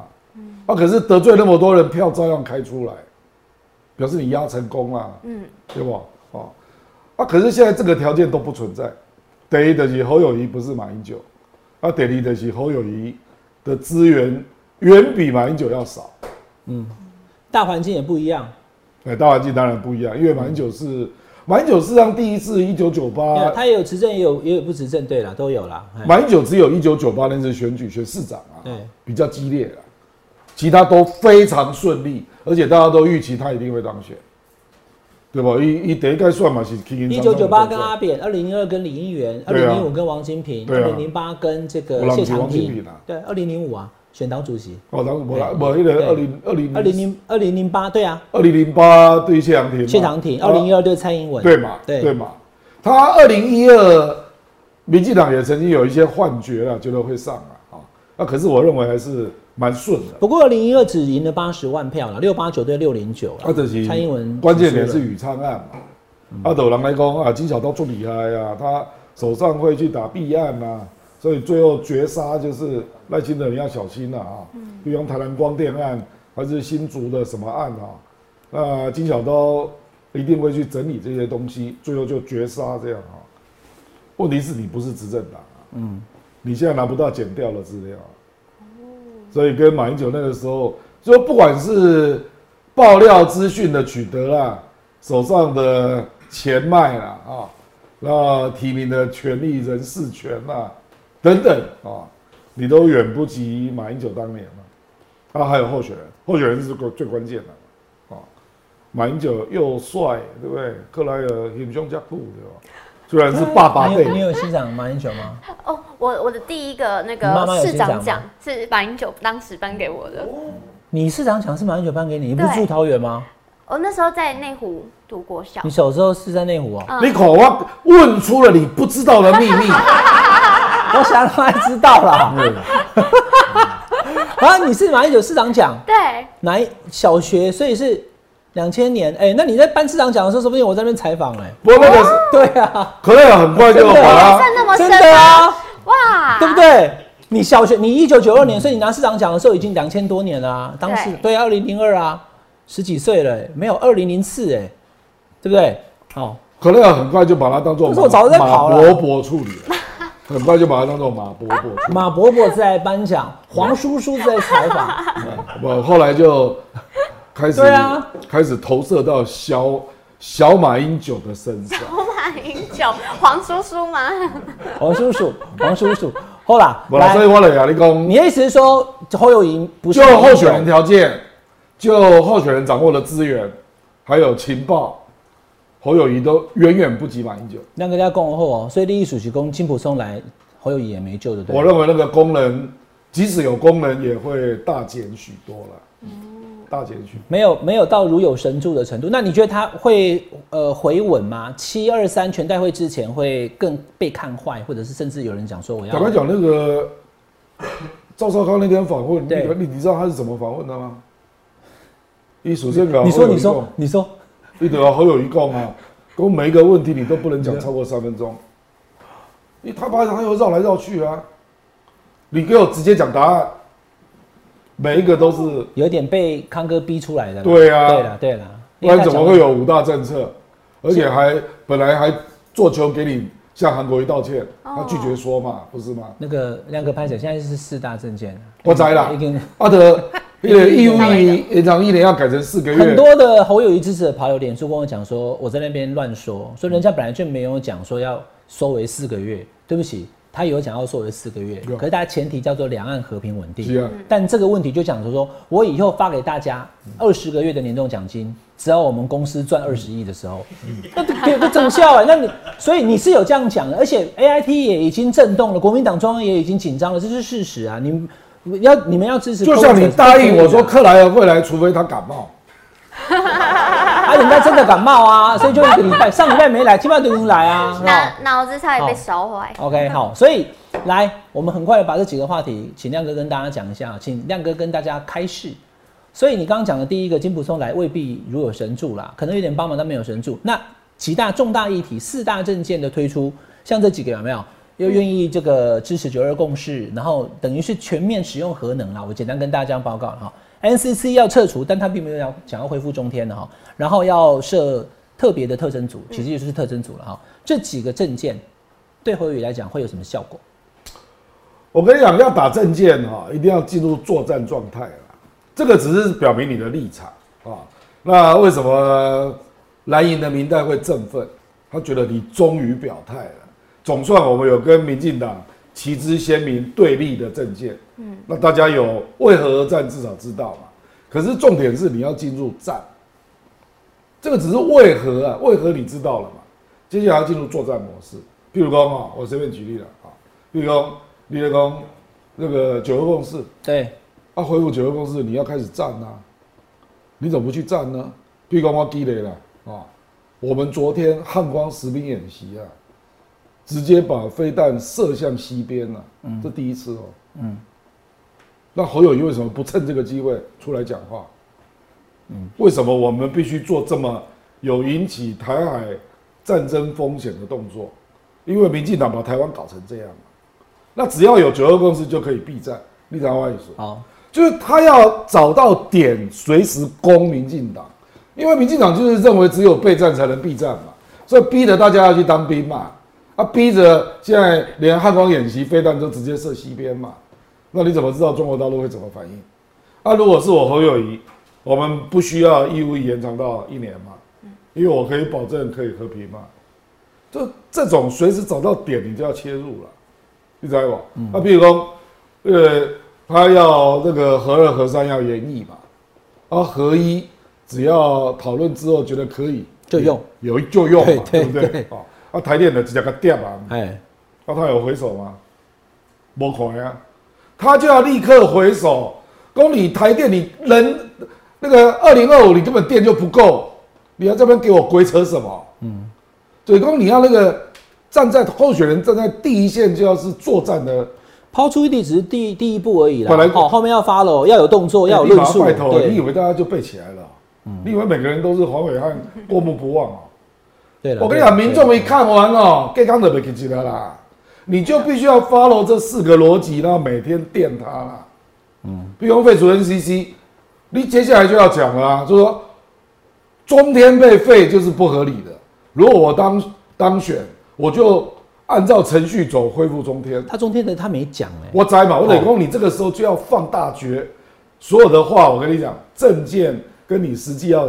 Speaker 3: 啊，可是得罪那么多人，票照样开出来，表示你压成功啦、嗯，对不？哦，啊，可是现在这个条件都不存在，等于的是侯友谊不是马英九，啊，等于的是侯友谊的资源远比马英九要少。
Speaker 1: 大环境也不一样。
Speaker 3: 哎，大环境当然不一样，因为马英九是马英九事实上第一次一九九
Speaker 1: 没有
Speaker 3: 八，
Speaker 1: 他也有执政，也有也有不执政，对啦，都有啦。哎
Speaker 3: 马英九只有一九九八那次选举选市长啊，
Speaker 1: 对
Speaker 3: 比较激烈了，其他都非常顺利，而且大家都预期他一定会当选，对吧？一一得该算嘛是
Speaker 1: 一九九八跟阿
Speaker 3: 啊，
Speaker 1: 扁，二零零二跟李英元，二
Speaker 3: 对
Speaker 1: 零
Speaker 3: 啊
Speaker 1: 零五跟王金平，二
Speaker 3: 对啊
Speaker 1: 零零八跟这
Speaker 3: 我
Speaker 1: 个
Speaker 3: 让
Speaker 1: 谢
Speaker 3: 你
Speaker 1: 长
Speaker 3: 王金
Speaker 1: 廷
Speaker 3: 平啊，
Speaker 1: 对，二零零五啊，选党主席，
Speaker 3: 哦，然后我来我一个二零二零
Speaker 1: 二零零二零零八，对啊，
Speaker 3: 二零零八对谢长廷嘛，
Speaker 1: 谢长廷，
Speaker 3: 啊
Speaker 1: 二零一二对蔡英文，
Speaker 3: 对嘛？
Speaker 1: 对
Speaker 3: 对嘛？他二零一二，民进党也曾经有一些幻觉啊，觉得会上啊啊，那可是我认为还是蛮顺的。
Speaker 1: 不过二零一二只赢了八十万票了，六八九对六零九
Speaker 3: 啊，就是
Speaker 1: 蔡英文
Speaker 3: 关键点
Speaker 1: 输
Speaker 3: 是
Speaker 1: 了
Speaker 3: 宇昌案嘛。啊，斗狼来攻啊，金小刀最厉害啊，他手上会去打弊案啊，所以最后绝杀就是赖清德，你要小心了啊。比方台南光电案，还是新竹的什么案啊，那金小刀一定会去整理这些东西，最后就绝杀这样啊。问题是你不是执政党啊，嗯，你现在拿不到剪掉的资料啊、所以跟马英九那个时候，就不管是爆料资讯的取得啦，手上的钱脉啦啊，那提名的权利、人事权啦等等啊，你都远不及马英九当年了。啊，还有候选人，候选人是最最关键的啊。马英九又帅，对不对？克莱尔英雄加酷，对吧？虽然是爸爸
Speaker 1: 你
Speaker 3: 辈
Speaker 1: 有，你有欣赏马英九吗？
Speaker 2: 哦，我我的第一个那
Speaker 1: 你妈妈
Speaker 2: 个
Speaker 1: 有
Speaker 2: 市
Speaker 1: 欣赏
Speaker 2: 长
Speaker 1: 吗
Speaker 2: 奖是马英九当时颁给我的。
Speaker 1: 你市长奖是马英九颁给你，你不是
Speaker 2: 对
Speaker 1: 住桃园吗？
Speaker 2: 我哦那时候在内湖读国小
Speaker 1: 你，小时候是在内湖哦。
Speaker 3: 你口我问出了你不知道的秘密。
Speaker 2: 啊
Speaker 1: 我想让他知道啦。 啊，你是马英九市长奖，
Speaker 2: 对，
Speaker 1: 哪一小学？所以是两千年。哎、那你在颁市长奖的时候，说不定我在那边采访哎。
Speaker 3: 不过那个
Speaker 1: 对啊，
Speaker 3: 可乐很快就把
Speaker 1: 啊
Speaker 2: 印
Speaker 3: 它
Speaker 2: 象那么深
Speaker 1: 真的
Speaker 2: 吗
Speaker 1: 啊？
Speaker 2: 哇，
Speaker 1: 对不？对？你小学，你一九九二年，所以你拿市长奖的时候已经两千多年了、啊，当时对，二零零二啊，十几岁了、哎没有二零零四哎，对不对？哦，
Speaker 3: 可乐很快就把它当做
Speaker 1: 这是我早就在跑了
Speaker 3: 马伯伯处理了，很快就把它当做马伯伯处理。
Speaker 1: 马伯伯在颁奖，黄叔叔在采访，
Speaker 3: 我后来就开始
Speaker 1: 对啊
Speaker 3: 开始投射到小小马英九的身上。
Speaker 2: 我马英九，黄叔叔 吗？
Speaker 1: 黄叔叔， 黄叔叔，后啦，
Speaker 3: 不啦，所以我来亚力
Speaker 1: 你
Speaker 3: 工，
Speaker 1: 的意思是说侯友谊不是
Speaker 3: 就
Speaker 1: 马英九
Speaker 3: 候选人条件，就候选人掌握的资源，还有情报，侯友谊都远远不及马英九。
Speaker 1: 那个叫共和哦，所以利益属实公金普松来侯友谊也没救的，对
Speaker 3: 我
Speaker 1: 不对？
Speaker 3: 认为那个功能，即使有功能，也会大减许多
Speaker 1: 嗯
Speaker 3: 了，大减许多。
Speaker 1: 没有没有到如有神助的程度。那你觉得他会呃回稳吗？七二三全代会之前会更被看坏，或者是甚至有人讲说我要
Speaker 3: 坦白讲，那个赵少康那天访问，
Speaker 1: 对
Speaker 3: 那个你你知道他是怎么访问的吗？一首先讲，
Speaker 1: 你说你说你说
Speaker 3: 你得好友一共啊，我每一个问题你都不能讲超过三分钟，你他怕他又绕来绕去啊，你给我直接讲答案，每一个都是，
Speaker 1: 有点被康哥逼出来的啦，
Speaker 3: 对啊
Speaker 1: 对了对了，
Speaker 3: 不然怎么会
Speaker 1: 有？
Speaker 3: 有五大政策？而且还本来还做球给你向韩国瑜道歉，他拒绝说嘛，不是吗？
Speaker 1: 那个亮哥拍起来，现在是四大证件，
Speaker 3: 我知啦
Speaker 1: 已经，
Speaker 3: 阿德，那个义务役延长一年要改成四个月，
Speaker 1: 很多的侯友谊支持的跑友脸书跟我讲说，我在那边乱说，说人家本来就没有讲说要收为四个月，对不起，他有讲要收为四个月
Speaker 3: 有，
Speaker 1: 可是大家前提叫做两岸和平稳定。
Speaker 3: 啊是啊
Speaker 1: 但这个问题就讲说说，我以后发给大家二十个月的年终奖金，只要我们公司赚二十亿的时候，那这个增效啊，那你所以你是有这样讲的，而且 A I T 也已经震动了，国民党中央也已经紧张了，这是事实啊，你。要你们要支持柯
Speaker 3: 就
Speaker 1: 文哲，
Speaker 3: 像你答应我
Speaker 1: 柯文
Speaker 3: 说
Speaker 1: 哲
Speaker 3: 克莱尔会来，除非他感冒。
Speaker 1: 啊，人家真的感冒啊，所以就一个礼拜，上礼拜没来，今晚就已经来啊。
Speaker 2: 脑脑子差点被烧坏。
Speaker 1: OK，好，所以来，我们很快的把这几个话题，请亮哥跟大家讲一下，请亮哥跟大家开示。所以你刚刚讲的第一个金普松来未必如有神助啦，可能有点帮忙，但没有神助。那几大重大议题、四大政见的推出，像这几个有没有？又愿意这个支持九二共识，然后等于是全面使用核能啦。我简单跟大家这样报告了哈，NCC 要撤除，但他并没有要想要恢复中天的哈，然后要设特别的特征组，其实也就是特征组了哈。这几个政见对侯友宜来讲会有什么效果？
Speaker 3: 我跟你讲，要打证件哈、一定要进入作战状态了。这个只是表明你的立场啊。那为什么蓝营的明代会振奋？他觉得你终于表态了，总算我们有跟民进党旗帜鲜明对立的政见。嗯，那大家有为何而战，至少知道嘛。可是重点是你要进入战，这个只是为何啊？为何你知道了嘛？接下来要进入作战模式。譬如说啊，我随便举例了啊，譬如说，例如说那个九二共识，
Speaker 1: 对，
Speaker 3: 啊，恢复九二共识，你要开始战啊，你怎么不去战呢？譬如说我地雷了啊，我们昨天汉光实兵演习啊，直接把飞弹射向西边了、这第一次哦、嗯，那侯友谊为什么不趁这个机会出来讲话？嗯，为什么我们必须做这么有引起台海战争风险的动作？因为民进党把台湾搞成这样嘛，那只要有九二共识就可以避战，立场外说。
Speaker 1: 好，
Speaker 3: 就是他要找到点，随时攻民进党，因为民进党就是认为只有备战才能避战嘛，所以逼着大家要去当兵嘛，啊，逼着现在连汉光演习飞弹都直接射西边嘛，那你怎么知道中国大陆会怎么反应？啊，如果是我侯友谊，我们不需要义务延长到一年嘛，因为我可以保证可以和平嘛，就这种随时找到点，你就要切入了，你知道不？那、比如说，呃，他要那个核二核三要研议嘛，啊，核一只要讨论之后觉得可以
Speaker 1: 就用，
Speaker 3: 有就用嘛，
Speaker 1: 对
Speaker 3: 对
Speaker 1: 对
Speaker 3: 不对？哦，啊，台电的直接个电嘛，
Speaker 1: 哎，
Speaker 3: 那、他有回首吗？没可能啊，他就要立刻回首。公你台电，你人那个二零二五，你根本电就不够，你要这边给我鬼扯什么？嗯，对，公你要那个站在候选人站在第一线，就要是作战的，
Speaker 1: 抛出一地只是第第一步而已啦。
Speaker 3: 本来
Speaker 1: 好、后面要发了，要有动作，要有
Speaker 3: 立
Speaker 1: 论
Speaker 3: 马
Speaker 1: 述，
Speaker 3: 拜头，你以
Speaker 1: 对，嗯
Speaker 3: 为大家就背起来了？你以为每个人都是黄伟汉过目不忘啊？
Speaker 1: 对了。
Speaker 3: 我跟你讲，
Speaker 1: 对
Speaker 3: 民众一看完哦，给康德被给起来啦，你就必须要 follow 这四个逻辑，然后每天垫它啦。嗯，比如废除 NCC，你接下来就要讲了、啊，就说中天被废就是不合理的。如果我当当选，我就按照程序走，恢复中天。
Speaker 1: 他中间的他没讲哎、
Speaker 3: 我栽嘛，我得公，你这个时候就要放大决，所有的话，我跟你讲，证件跟你实际要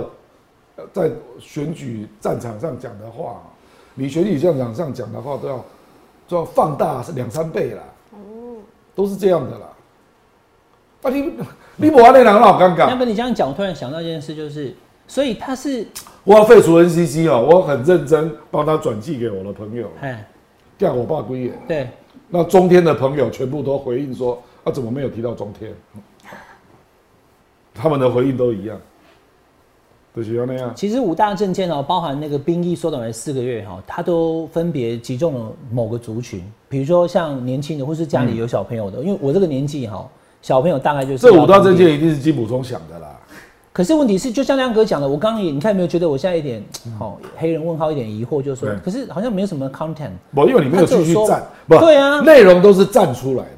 Speaker 3: 呃在选举战场上讲的话，你选举战场上讲的话都要都要放大两三倍啦，都是这样的啦。啊你你不玩那人老尴
Speaker 1: 那
Speaker 3: 尬，
Speaker 1: 么你这样讲，我突然想到一件事，就是，所以他是，
Speaker 3: 我要废除 NCC 哦，我很认真帮他转寄给我的朋友，
Speaker 1: 哎，
Speaker 3: 干我爸归也。
Speaker 1: 对，
Speaker 3: 那中天的朋友全部都回应说：“啊，怎么没有提到中天？”他们的回应都一样，就是要那样。啊
Speaker 1: 其实五大政见哦，包含那个兵役缩短为四个月哈、它都分别击中了某个族群，比如说像年轻人或是家里有小朋友的，因为我这个年纪哈、小朋友大概就是
Speaker 3: 嗯这五大
Speaker 1: 要当
Speaker 3: 政
Speaker 1: 兵
Speaker 3: 见一定是金溥聪想的啦。
Speaker 1: 可是问题是，就像亮哥讲的，我刚刚也你看有没有觉得我现在一点哦黑人问号一点疑惑，就是说
Speaker 3: 嗯对，
Speaker 1: 可是好像没有什么 content。
Speaker 3: 不，因为你没有继续
Speaker 1: 他只有说
Speaker 3: 站，不，
Speaker 1: 对啊
Speaker 3: 内容都是站出来的。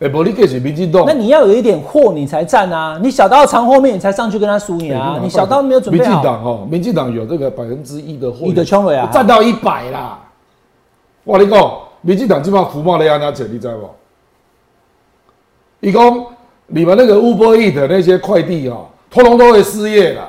Speaker 3: 哎，无你计是民进党
Speaker 1: 那，你要有一点货，你才站啊！你小刀藏后面，你才上去跟他输赢啊！你小刀没有准备
Speaker 3: 民进
Speaker 1: 好，
Speaker 3: 党哦，民进党有这个百分之一的货源，
Speaker 1: 你的冲尾啊
Speaker 3: 占到一百啦。我跟你讲，民进党基本上福茂的安家钱，你知道不？伊讲你们那个 Uber E 的那些快递哦，通通都会失业啦。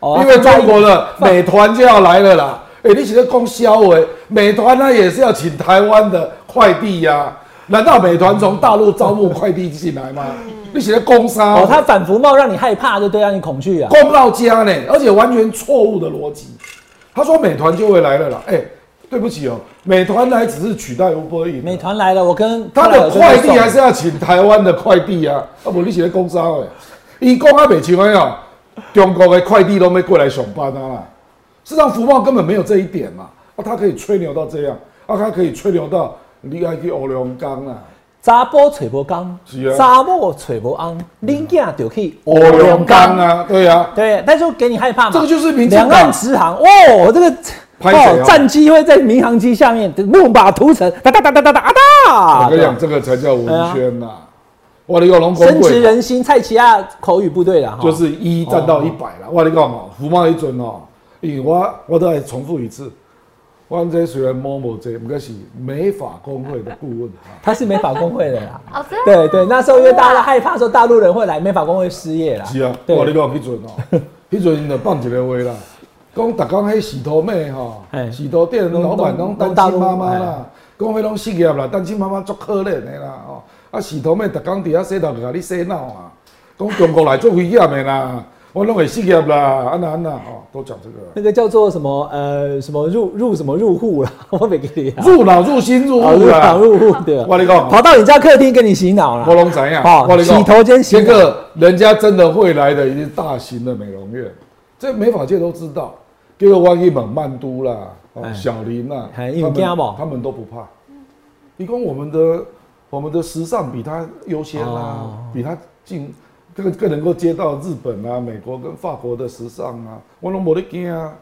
Speaker 1: 哦
Speaker 3: 因为中国的美团就要来了啦。哎、你你在供销哎，美团呢也是要请台湾的快递呀、难道美团从大陆招募快递进来吗？你写在工商
Speaker 1: 嗯哦，他反服贸让你害怕，就对，让你恐惧啊！
Speaker 3: 供不到家呢，而且完全错误的逻辑。他说美团就会来了啦，哎、对不起哦，美团来只是取代 Uber E，
Speaker 1: 美团来了，我跟
Speaker 3: 他的快递还是
Speaker 1: 要
Speaker 3: 要请台湾的快递啊，啊不，你写在工商哎，伊讲啊美情哎哦，中国的快递都没过来上班啊啦。事实上，福茂根本没有这一点嘛，啊，他可以吹牛到这样，啊，他可以吹牛到你爱去欧龙岗啊啦，
Speaker 1: 查波吹波刚
Speaker 3: 是啊，
Speaker 1: 查某吹波昂，你囝就可以
Speaker 3: 欧啊哦龙岗。啊，对啊，
Speaker 1: 对，但是我给你害怕嘛。
Speaker 3: 这个就是民进党
Speaker 1: 两岸直航哦，这个哦
Speaker 3: 拍谁啊
Speaker 1: 战机会在民航机下面木马屠城，哒哒哒哒哒哒啊哒。
Speaker 3: 我跟你讲，这个才叫文宣呐、我的有龙
Speaker 1: 深
Speaker 3: 公
Speaker 1: 植
Speaker 3: 会
Speaker 1: 人心，蔡奇亚口语部队了哈。
Speaker 3: 就是一站到一百了，我跟你讲哦，福茂一准哦，因为我我再重复一次，我这虽然摸摸这，不过是美法工会的顾问啊。
Speaker 1: 他是美法工会的啦。
Speaker 2: 哦，真
Speaker 1: 对
Speaker 2: 的
Speaker 1: 对，那时候因为大家都害怕说大陆人会来，美法工会失业啦。
Speaker 3: 是啊，
Speaker 1: 对
Speaker 3: 我。跟你讲迄阵 哦，迄阵就放一个话啦，讲逐工迄洗头妹吼
Speaker 1: 嘿，
Speaker 3: 洗头店的老板拢单亲妈妈啦，讲迄拢失业啦，单亲妈妈足可怜的啦吼，啊洗头妹逐工伫遐洗头，甲你洗脑啊，讲中国来足危险的啦，我拢会失业啦，安那安那吼，都讲这 个
Speaker 1: 那个叫做什么呃什么入入什么入户啦， 我没给你啊。
Speaker 3: 入脑入心入
Speaker 1: 哦
Speaker 3: 户
Speaker 1: 党
Speaker 3: 啦，
Speaker 1: 入户 对啊，
Speaker 3: 我跟你讲哦
Speaker 1: 跑到你家客厅跟你洗脑
Speaker 3: 我
Speaker 1: 了。
Speaker 3: 拢知影，
Speaker 1: 哦
Speaker 3: 我跟你讲
Speaker 1: 洗头间洗
Speaker 3: 这个人家真的会来的，一定大型的美容院，这美发界都知道。结果我去问曼都啦、哦
Speaker 1: 哎
Speaker 3: 小林啦，他
Speaker 1: 哎因为怕
Speaker 3: 们
Speaker 1: 不
Speaker 3: 他们都不怕。你讲我们的我们的时尚比他优先啦、
Speaker 1: 哦
Speaker 3: 比他进更更能够接到日本啊、美国跟法国的时尚啊，我拢无咧惊啊。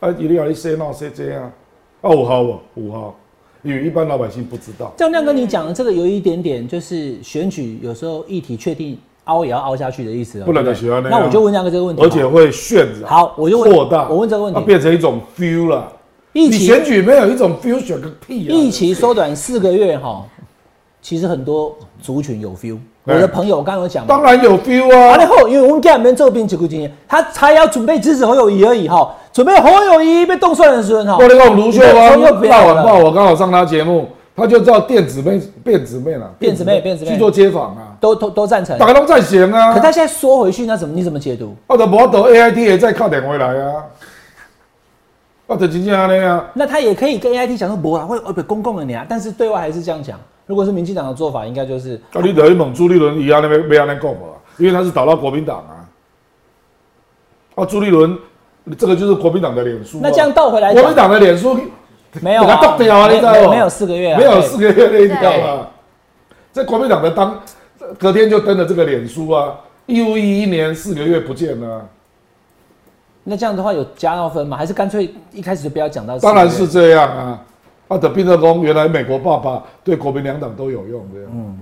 Speaker 3: 啊，一定要你洗脑洗这啊，啊有效无？有效，因为一般老百姓不知道。
Speaker 1: 张亮跟你讲的这个有一点点就是选举有时候议题确定凹也要凹下去的意思哦。
Speaker 3: 不能
Speaker 1: 对
Speaker 3: 再啊喜欢那
Speaker 1: 那
Speaker 3: 样
Speaker 1: 我就问亮哥这个问题吧，
Speaker 3: 而且会渲染。
Speaker 1: 好我就问
Speaker 3: 扩大。
Speaker 1: 我问这个问题
Speaker 3: 它变成一种 feel 了。
Speaker 1: 疫
Speaker 3: 你选
Speaker 1: 情
Speaker 3: 举啊没有一种 feel，选个屁啊！
Speaker 1: 疫情缩短四个月哈，其实很多族群有 feel。我
Speaker 3: 对
Speaker 1: 的朋友我刚刚有讲嘛，
Speaker 3: 哎当然有 feel
Speaker 1: 完了
Speaker 3: 啊！
Speaker 1: 后，因为我们家里面做兵几股经验，他才要准备支持侯友谊而已哈，准备侯友谊被动算的时候哈
Speaker 3: 我，那个卢秀
Speaker 1: 你的朋友
Speaker 3: 芳
Speaker 1: 不
Speaker 3: 大
Speaker 1: 要了
Speaker 3: 晚报，我刚好上他节目，他就叫电子妹、电子妹了，
Speaker 1: 电子妹电子妹
Speaker 3: 去做街访啊，
Speaker 1: 都都都赞成。
Speaker 3: 大家都在闲啊。
Speaker 1: 可他现在缩回去，那怎么你怎么解读？
Speaker 3: 我的摩托 AIT 也在靠点回来啊，我就真正安尼啊。
Speaker 1: 那他也可以跟 AIT 讲说，不啊，会会被公共的你啊，但是对外还是这样讲。如果是民进党的做法，应该就是
Speaker 3: 啊，你等于问朱立伦，伊安尼要要安尼讲无啊？因为他是打到国民党啊。啊，朱立伦，这个就是国民党的脸书啊、
Speaker 1: 那这样倒回来
Speaker 3: 国
Speaker 1: 讲
Speaker 3: 民，党的脸书
Speaker 1: 没有
Speaker 3: 给他
Speaker 1: 啊，
Speaker 3: 冻掉啊！你知道
Speaker 1: 没
Speaker 3: 吗
Speaker 1: 有没有四个月啊，
Speaker 3: 没有
Speaker 1: 对
Speaker 3: 四个月那一条啊。在国民党的当隔天就登了这个脸书啊，义务役一年四个月不见了啊、
Speaker 1: 那这样的话有加到分吗？还是干脆一开始就不要讲到？
Speaker 3: 当然是，这样啊。啊，等变成功，原来美国爸爸对国民两党都有用这样。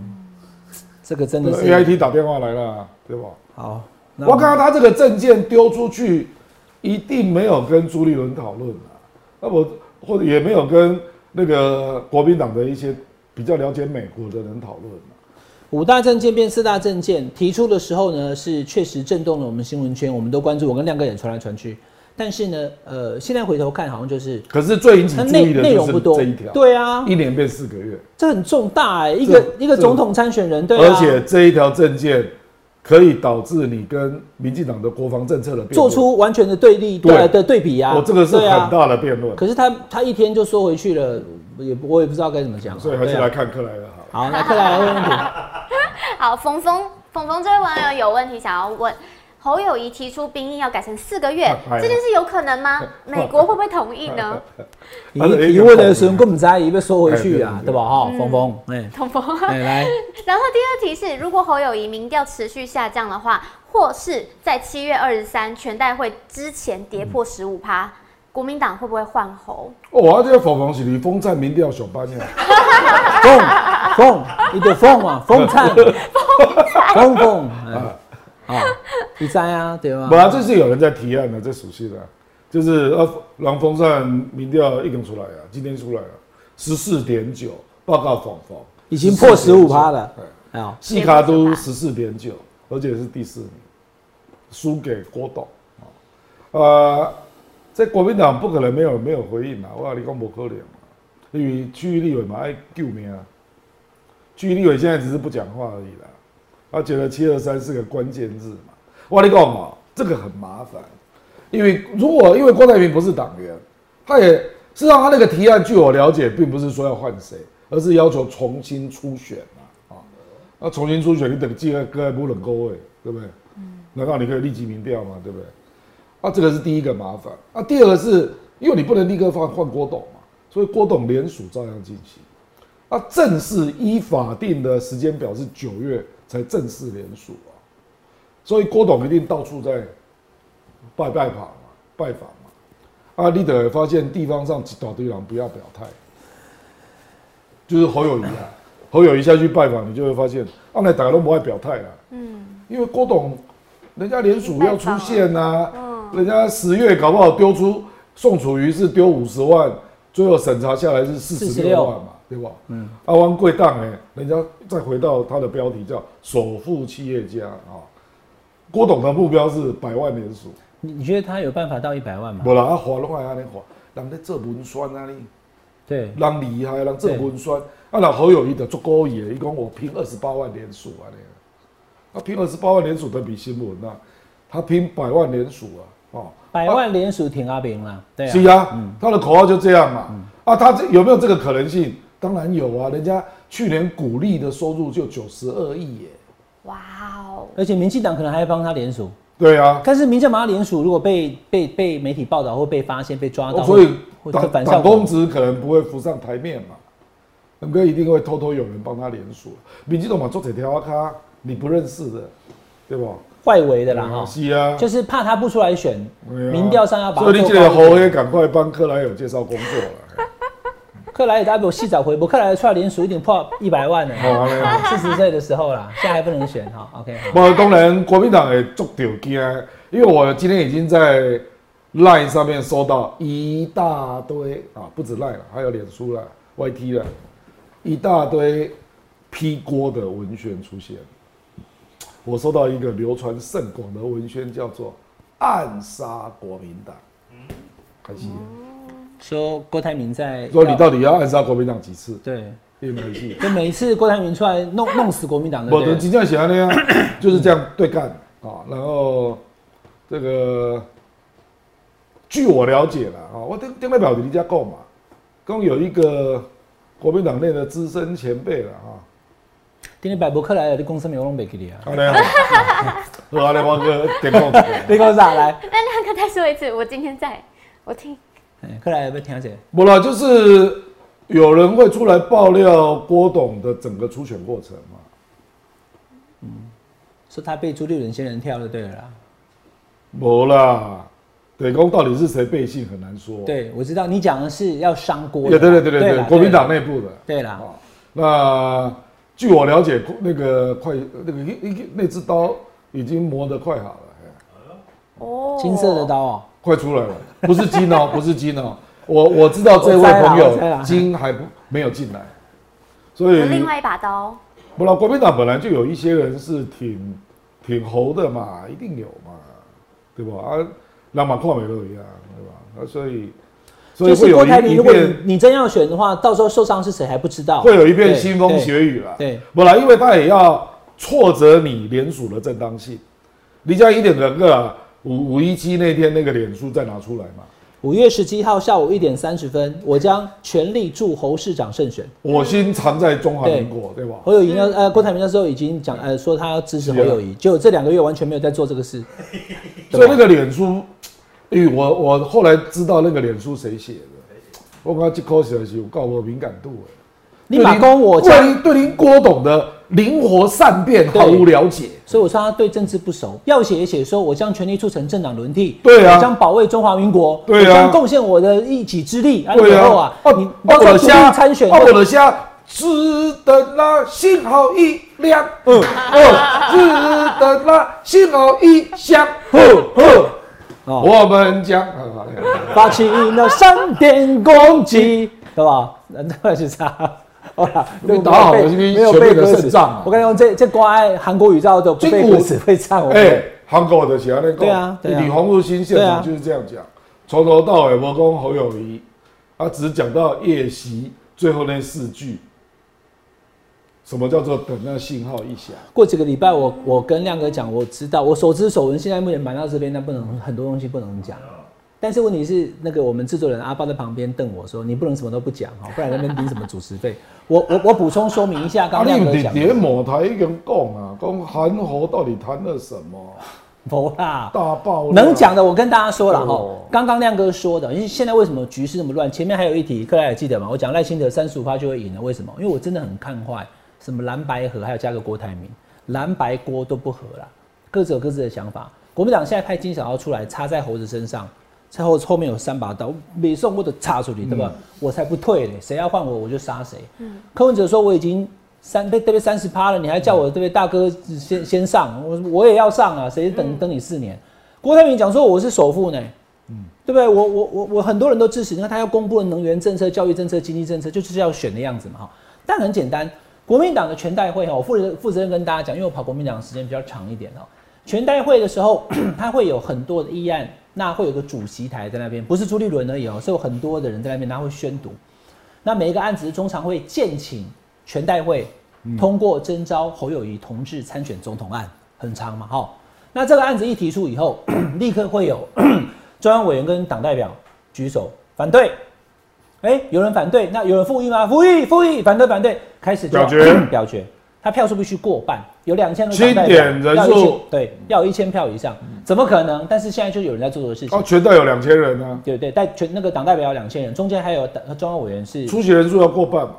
Speaker 1: 这个嗯真
Speaker 3: 那
Speaker 1: 的
Speaker 3: 个
Speaker 1: 是嗯
Speaker 3: AIT 打电话来了啊，对吧？
Speaker 1: 好。那
Speaker 3: 我看到他这个证件丢出去，一定没有跟朱立伦讨论啊，那我或者也没有跟那个国民党的一些比较了解美国的人讨论啊。
Speaker 1: 五大政见变四大政见，提出的时候呢，是确实震动了我们新闻圈，我们都关注，我跟亮哥也传来传去。但是呢，呃，现在回头看，好像就是
Speaker 3: 可是最引起
Speaker 1: 它
Speaker 3: 注
Speaker 1: 内
Speaker 3: 意的
Speaker 1: 内
Speaker 3: 就
Speaker 1: 容不
Speaker 3: 是
Speaker 1: 多
Speaker 3: 这一条，，
Speaker 1: 对啊，
Speaker 3: 一年变四个月，
Speaker 1: 这很重大哎、一个
Speaker 3: 这
Speaker 1: 一个总统参选人，对啊，
Speaker 3: 而且这一条证件可以导致你跟民进党的国防政策的辩论
Speaker 1: 做，出完全的对立
Speaker 3: 对
Speaker 1: 对的对比啊，
Speaker 3: 我这个是
Speaker 1: 对
Speaker 3: 很
Speaker 1: 啊。
Speaker 3: 大的辩论，
Speaker 1: 可是他他一天就缩回去了，也我也不知道该怎么讲啊、
Speaker 3: 所以还是
Speaker 1: 对啊
Speaker 3: 来看克莱的好。
Speaker 1: 好，那克莱来问 问题。
Speaker 2: 好，冯冯冯冯这位网友有问题想要问。侯友谊提出兵役要改成四个月
Speaker 3: 哎，呀
Speaker 2: 这件事有可能吗？
Speaker 1: 哎
Speaker 2: 美国会不会同意呢？
Speaker 1: 你
Speaker 3: 他是一
Speaker 1: 你
Speaker 3: 个
Speaker 1: 问的
Speaker 3: 孔
Speaker 1: 时候，我们在一被缩回去啊
Speaker 3: 哎，对
Speaker 1: 对吧？哈，峰峰，哎
Speaker 2: 同风。
Speaker 1: 哎来，
Speaker 2: 然后第二题是，如果侯友谊民调持续下降的话，或是在七月二十三全代会之前跌
Speaker 1: 嗯
Speaker 2: 破十五趴，国民党会不会换侯？
Speaker 3: 哦，啊，这个访问是李峰在民调上班的，
Speaker 1: 凤凤，你的凤 嘛，凤灿，凤凤，哎啊，你在啊，对吗
Speaker 3: 不？啊，这是有人在提案的，这属性的，就是呃，蓝风扇民调一定出来啊，今天出来了，十四点九，报告访访
Speaker 1: 已经破十五趴了，
Speaker 3: 对
Speaker 1: 哎呦，
Speaker 3: 西卡都十四点九，而且是第四名，输给郭董啊。呃，在国民党不可能没有没有回应啊，我跟你讲不可能啊，因为区域立委嘛爱救命啊，区域立委现在只是不讲话而已啦，他觉得七二三是个关键字嘛，我跟你讲嘛，这个很麻烦，因为如果因为郭台铭不是党员，他也事实上他那个提案，据我了解，并不是说要换谁，而是要求重新初选嘛。那啊重新初选，你等季二个不冷够位，对不对？难道你可以立即民调嘛，对不对？啊，这个是第一个麻烦。啊，第二个是因为你不能立刻换换郭董嘛，所以郭董联署照样进行。啊，正式依法定的时间表是九月才正式联署啊，所以郭董一定到处在拜拜访嘛，拜访嘛。啊，你得发现地方上一大堆人不要表态，就是侯友谊啊，侯友谊下去拜访，你就会发现，啊，那大家都不爱表态啦。
Speaker 2: 嗯，
Speaker 3: 因为郭董，人家联署要出现呐、啊人家十月搞不好丢出宋楚瑜是丢五十万，最后审查下来是四十六万嘛，对吧？嗯，阿汪贵档哎，人家再回到他的标题叫“首富企业家”啊、郭董的目标是百万联署，
Speaker 1: 你你觉得他有办法到一百万吗？
Speaker 3: 无啦，啊华拢爱安尼华，人咧做文宣啊你。
Speaker 1: 对，
Speaker 3: 人厉害，人这文酸，啊，人侯友谊的足够野，伊讲我拼二十八万连署啊，你，啊拼二十八万连署的比新闻啊，他拼百万连署啊，哦，
Speaker 1: 百万联署挺阿炳啦，对
Speaker 3: 是
Speaker 1: 啊，
Speaker 3: 啊，他的口号就这样嘛，
Speaker 1: 嗯
Speaker 3: 啊，他这有没有这个可能性？当然有啊，人家去年股利的收入就九十二亿耶，
Speaker 2: 哇哦，
Speaker 1: 而且民进党可能还帮他联署，
Speaker 3: 对啊，
Speaker 1: 但是民进党联署如果被被被媒体报道或被发现被抓到，
Speaker 3: 哦所以
Speaker 1: 或者
Speaker 3: 党
Speaker 1: 反
Speaker 3: 党
Speaker 1: 效
Speaker 3: 公
Speaker 1: 果，
Speaker 3: 职可能不会浮上台面嘛，能哥一定会偷偷有人帮他联署，啊民进党嘛做这条卡你不认识的，对吧？
Speaker 1: 外围的啦哈，
Speaker 3: 是啊，
Speaker 1: 就是怕他不出来选，
Speaker 3: 对啊
Speaker 1: 民调上要把他
Speaker 3: 所以你
Speaker 1: 做
Speaker 3: 这个
Speaker 1: 高一
Speaker 3: 侯
Speaker 1: 点
Speaker 3: 黑赶快帮克莱尔介绍工作了。
Speaker 1: 克莱尔 W 细找回博，克莱尔出来连署一点破一百万呢，
Speaker 3: 好啊这样
Speaker 1: 四十岁的时候啦， 现在还不能选哈。OK，好
Speaker 3: 不，当然国民党也足丢惊，因为我今天已经在 Line 上面收到一大堆啊，不止 Line 了，还有脸书了、YT 了，一大堆批锅的文宣出现。我收到一个流传甚广的文宣，叫做“暗杀国民党”，嗯开心。
Speaker 1: 说郭台铭在，
Speaker 3: 说你到底要暗杀国民党几次？
Speaker 1: 对，
Speaker 3: 也没戏。
Speaker 1: 就每一次郭台铭出来 弄弄死国民党，对
Speaker 3: 我
Speaker 1: 不
Speaker 3: 的
Speaker 1: 对？
Speaker 3: 真正是安尼 啊，就是这样对干啊。然后这个，据我了解了啊，我听听代表人家讲嘛，刚有一个国民党内的资深前辈了啊，
Speaker 1: 今天百博克莱尔的公司没有弄北给你啊，
Speaker 3: 好嘞， 好，好嘞，我哥点控制。
Speaker 1: 你给我咋来？
Speaker 2: 那亮哥再说一次，我今天在，我听，
Speaker 1: 哎克莱尔被听谁？
Speaker 3: 不啦，就是有人会出来爆料郭董的整个初选过程嘛。
Speaker 1: 说他被朱立伦仙人跳就对了啦。
Speaker 3: 没啦，对公到底是谁背信很难说。，
Speaker 1: 对，我知道你讲的是要伤郭的
Speaker 3: 对
Speaker 1: 啦，
Speaker 3: 对对对对对，
Speaker 1: 啦
Speaker 3: 国民党内部的。
Speaker 1: 对啦，
Speaker 3: 啊，那据我了解，那个快那个一一那只刀已经磨得快好了，哎
Speaker 2: 哦
Speaker 1: 金色的，刀哦，
Speaker 3: 快出来了，不是金哦，不是金哦，我我知道这位朋
Speaker 1: 我猜啦我猜啦
Speaker 3: 友金还不没有进来，所以
Speaker 2: 有另外一把刀，
Speaker 3: 不了，国民党本来就有一些人是挺挺猴的嘛，一定有嘛，对吧？啊，让马跨美都一样，对吧？啊，所以所以
Speaker 1: 就
Speaker 3: 会
Speaker 1: 是
Speaker 3: 有
Speaker 1: 郭台铭，
Speaker 3: 一一
Speaker 1: 如果
Speaker 3: 片
Speaker 1: 你你真要选的话，到时候受伤是谁还不知道，
Speaker 3: 会有一片
Speaker 1: 对
Speaker 3: 腥风
Speaker 1: 对
Speaker 3: 血雨啦。
Speaker 1: 对，
Speaker 3: 不啦，因为他也要挫折你联署的正当性。你这样一点整个啊，五五一七那天那个脸书再拿出来嘛，
Speaker 1: 五月十七号下午一点三十分，我将全力助侯市长胜选。
Speaker 3: 我心藏在中华民国，对吧？
Speaker 1: 侯友谊那呃，郭台铭那时候已经讲呃说他要支持
Speaker 3: 嗯是
Speaker 1: 侯
Speaker 3: 啊
Speaker 1: 友谊，结果这两个月完全没有在做这个事。
Speaker 3: 所以那个脸书，因为我我后来知道那个脸书谁写的，我感觉这口写的是有够我敏感度的。
Speaker 1: 你马公我
Speaker 3: 对
Speaker 1: 家，
Speaker 3: 您对您郭董的灵活善变毫无了解。
Speaker 1: 所以我说他对政治不熟，要写也写说我将全力促成政党轮替，
Speaker 3: 对啊
Speaker 1: 我将保卫中华民国，
Speaker 3: 对啊
Speaker 1: 我将贡献我的一己之力。啊，
Speaker 3: 对
Speaker 1: 以后
Speaker 3: 啊
Speaker 1: 啊，，
Speaker 3: 啊
Speaker 1: 你
Speaker 3: 啊
Speaker 1: 到时
Speaker 3: 我
Speaker 1: 候独
Speaker 3: 的
Speaker 1: 立
Speaker 3: 虾
Speaker 1: 参选，
Speaker 3: 啊我的虾只等那幸好一亮，哦哦，只等那幸好一响，呵呵，
Speaker 1: 哦
Speaker 3: 我们将很好很好
Speaker 1: 发起那闪电攻击，对吧？难道是啥？好啦，
Speaker 3: 你打好了是不是
Speaker 1: 没有
Speaker 3: 全
Speaker 1: 背
Speaker 3: 面的
Speaker 1: 歌
Speaker 3: 肾
Speaker 1: 词
Speaker 3: 脏啊。
Speaker 1: 我跟你讲，这这乖韩国语照都不背歌词会唱，我
Speaker 3: 哎，韩国的写安尼讲，
Speaker 1: 对啊对啊
Speaker 3: 李鸿儒新县
Speaker 1: 对啊
Speaker 3: 长就是这样讲，从头到尾我跟侯友谊，他只讲到夜袭最后那四句，什么叫做等那信号一响？
Speaker 1: 过几个礼拜我我跟亮哥讲，我知道我手知手闻，现在目前买到这边，但不能很多东西不能讲。但是问题是，那个我们制作人阿爸在旁边瞪我说：“你不能什么都不讲哈，不然在那边领什么主持费？”我我我补充说明一下，刚
Speaker 3: 啊，
Speaker 1: 刚
Speaker 3: 你
Speaker 1: 亮
Speaker 3: 有
Speaker 1: 哥
Speaker 3: 伫
Speaker 1: 讲
Speaker 3: 伫
Speaker 1: 的，
Speaker 3: 某台已经讲啊，讲韩国到底谈了什么
Speaker 1: 不啦，
Speaker 3: 大爆料
Speaker 1: 能讲的我跟大家说了哈
Speaker 3: 哦。
Speaker 1: 刚刚亮哥说的，因为现在为什么局势那么乱？前面还有一题，克莱尔记得吗？我讲赖清德三十五趴就会赢了，为什么？因为我真的很看坏什么蓝白河，还有加个郭台铭，蓝白锅都不合啦，各自有各自的想法。国民党现在派金小刀出来插在猴子身上，最后后面有三把刀，每送我都插出去，对吧？我才不退嘞，谁要换我我就杀谁。柯文哲说我已经三被对被三十趴了，你还叫我对被大哥先先上，我我也要上啊，谁等等你四年？郭台铭讲说我是首富呢，对不对？我我我我很多人都支持，你看他要公布的能源政策、教育政策、经济政策，就是要选的样子嘛哈。但很简单，国民党的全代会哈，我负责负责任跟大家讲，因为我跑国民党的时间比较长一点哦。全代会的时候， 他会有很多的议案，那会有个主席台在那边，不是朱立伦而已哦，是有很多的人在那边，他会宣读。那每一个案子中常会建请全代会
Speaker 3: 嗯
Speaker 1: 通过征召侯友谊同志参选总统案，很长嘛，哈。那这个案子一提出以后， 立刻会有 中央委员跟党代表举手反对。哎、有人反对，那有人复议吗？复议，复议，反对，反对，开始就要
Speaker 3: 表决
Speaker 1: 表决。他票数必须过半，有两千个
Speaker 3: 钦
Speaker 1: 党代表
Speaker 3: 点人
Speaker 1: 要一千
Speaker 3: 数嗯
Speaker 1: 对，要有一千票以上，怎么可能？但是现在就有人在做这个事情，
Speaker 3: 啊？全代有两千人啊，
Speaker 1: 对不对？但全那个党代表有两千人，中间还有党中央委员是
Speaker 3: 出席人数要过半嘛？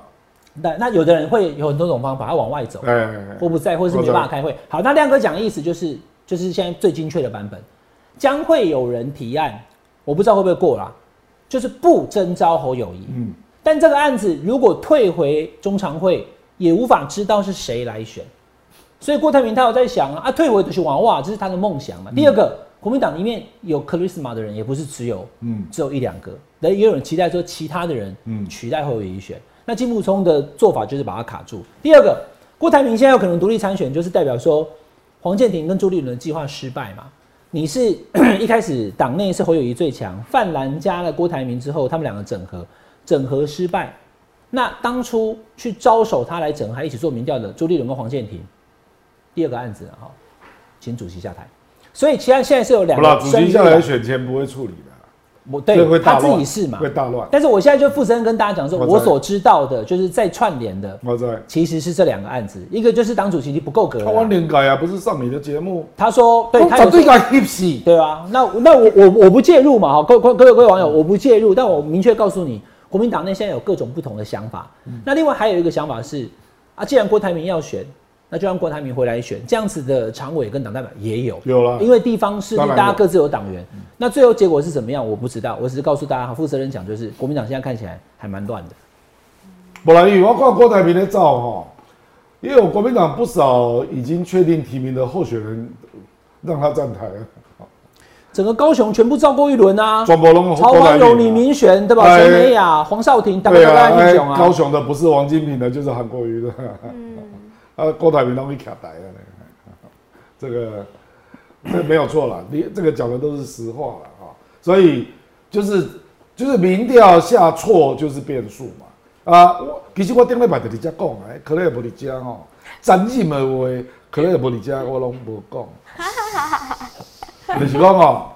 Speaker 1: 那那有的人会有很多种方法，他往外走，
Speaker 3: 哎，
Speaker 1: 或不在，或是没办法开会。好，那亮哥讲的意思就是，就是现在最精确的版本，将会有人提案，我不知道会不会过啦，就是不征召侯友谊。
Speaker 3: 嗯，
Speaker 1: 但这个案子如果退回中常会，也无法知道是谁来选。所以郭台铭他有在想啊，啊退回就是娃娃，这是他的梦想
Speaker 3: 嗯
Speaker 1: 嘛。第二个，国民党里面有 charisma 的人，也不是只有嗯
Speaker 3: 嗯
Speaker 1: 只有一两个，那也有人期待说其他的人嗯
Speaker 3: 嗯
Speaker 1: 取代侯友宜选。那金溥聪的做法就是把他卡住。第二个，郭台铭现在有可能独立参选，就是代表说黄建庭跟朱立伦的计划失败嘛。你是 一开始党内是侯友谊最强，范蓝加了郭台铭之后，他们两个整合，整合失败。那当初去招手他来整合，还一起做民调的朱立伦跟黄建庭，第二个案子啊哈、请主席下台。所以其他现在是有两
Speaker 3: 不
Speaker 1: 个
Speaker 3: 啦，主席下
Speaker 1: 声音
Speaker 3: 来
Speaker 1: 嘛
Speaker 3: 选前不会处理的，
Speaker 1: 我
Speaker 3: 这
Speaker 1: 对
Speaker 3: 会大
Speaker 1: 他自
Speaker 3: 乱
Speaker 1: 己是嘛
Speaker 3: 会？大乱。
Speaker 1: 但是我现在就附身跟大家讲说，
Speaker 3: 我
Speaker 1: 我
Speaker 3: 在
Speaker 1: 所知道的就是在串联的，
Speaker 3: 我在，
Speaker 1: 其实是这两个案子，一个就是党主席不够格
Speaker 3: 他晚
Speaker 1: 了，
Speaker 3: 点改啊，不是上你的节目，
Speaker 1: 他说对他
Speaker 3: 绝
Speaker 1: 有
Speaker 3: 对改 hip 死。
Speaker 1: 对啊，那那我我我不介入嘛，哈，各各各位各位网友，我不介入，但我明确告诉你，国民党内现在有各种不同的想法。
Speaker 3: 嗯
Speaker 1: 那另外还有一个想法是，啊，既然郭台铭要选，那就让郭台铭回来选，这样子的常委跟党代表也有，
Speaker 3: 有啦
Speaker 1: 因为地方势力
Speaker 3: 啊当然
Speaker 1: 大
Speaker 3: 有
Speaker 1: 家各自有党员，那最后结果是怎么样，我不知道，我只是告诉大家，负责任讲就是，国民党现在看起来还蛮乱的。
Speaker 3: 不然，因为我看郭台铭的照哈，也有国民党不少已经确定提名的候选人让他站台了，
Speaker 1: 啊整个高雄全部照过一轮啊，
Speaker 3: 全部拢
Speaker 1: 曹
Speaker 3: 郭
Speaker 1: 光
Speaker 3: 台铭啊
Speaker 1: 荣、李明玄对吧？
Speaker 3: 哎
Speaker 1: 陈美雅、黄少廷，大
Speaker 3: 对
Speaker 1: 家
Speaker 3: 啊，
Speaker 1: 大家
Speaker 3: 哎
Speaker 1: 英雄啊，
Speaker 3: 高雄的不是王金平的，就是韩国瑜的。 啊，郭台铭都会卡台了呢。 这个这没有错了，你这个讲的都是实话了啊。所以就是就是民调下错就是变数嘛。啊，我其实我顶礼拜就伫遮讲啊，可能也无伫遮吼，真心的话可能也无伫遮，我拢无讲。就是讲哦，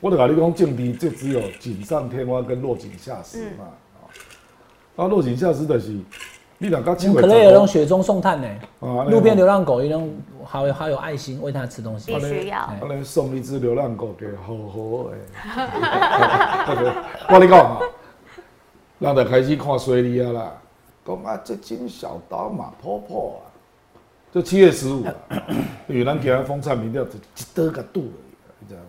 Speaker 3: 我就甲你讲，政治就只有锦上添花跟落井下石
Speaker 1: 嗯
Speaker 3: 嘛。哦啊，落井下石就是你若甲
Speaker 1: 嗯可能有那种雪中送炭呢、
Speaker 3: 啊
Speaker 1: 路边流浪狗，有那种好有好有爱心，喂它吃东西
Speaker 2: 必。须要
Speaker 1: 哎
Speaker 3: 我来送一只流浪狗给好好诶。我跟你讲啊，咱就开始看水里啊啦，讲啊，这金小刀马婆婆啊，就七月十五啊，因为咱今日风产民调就一刀个度而已啊，你知道吗？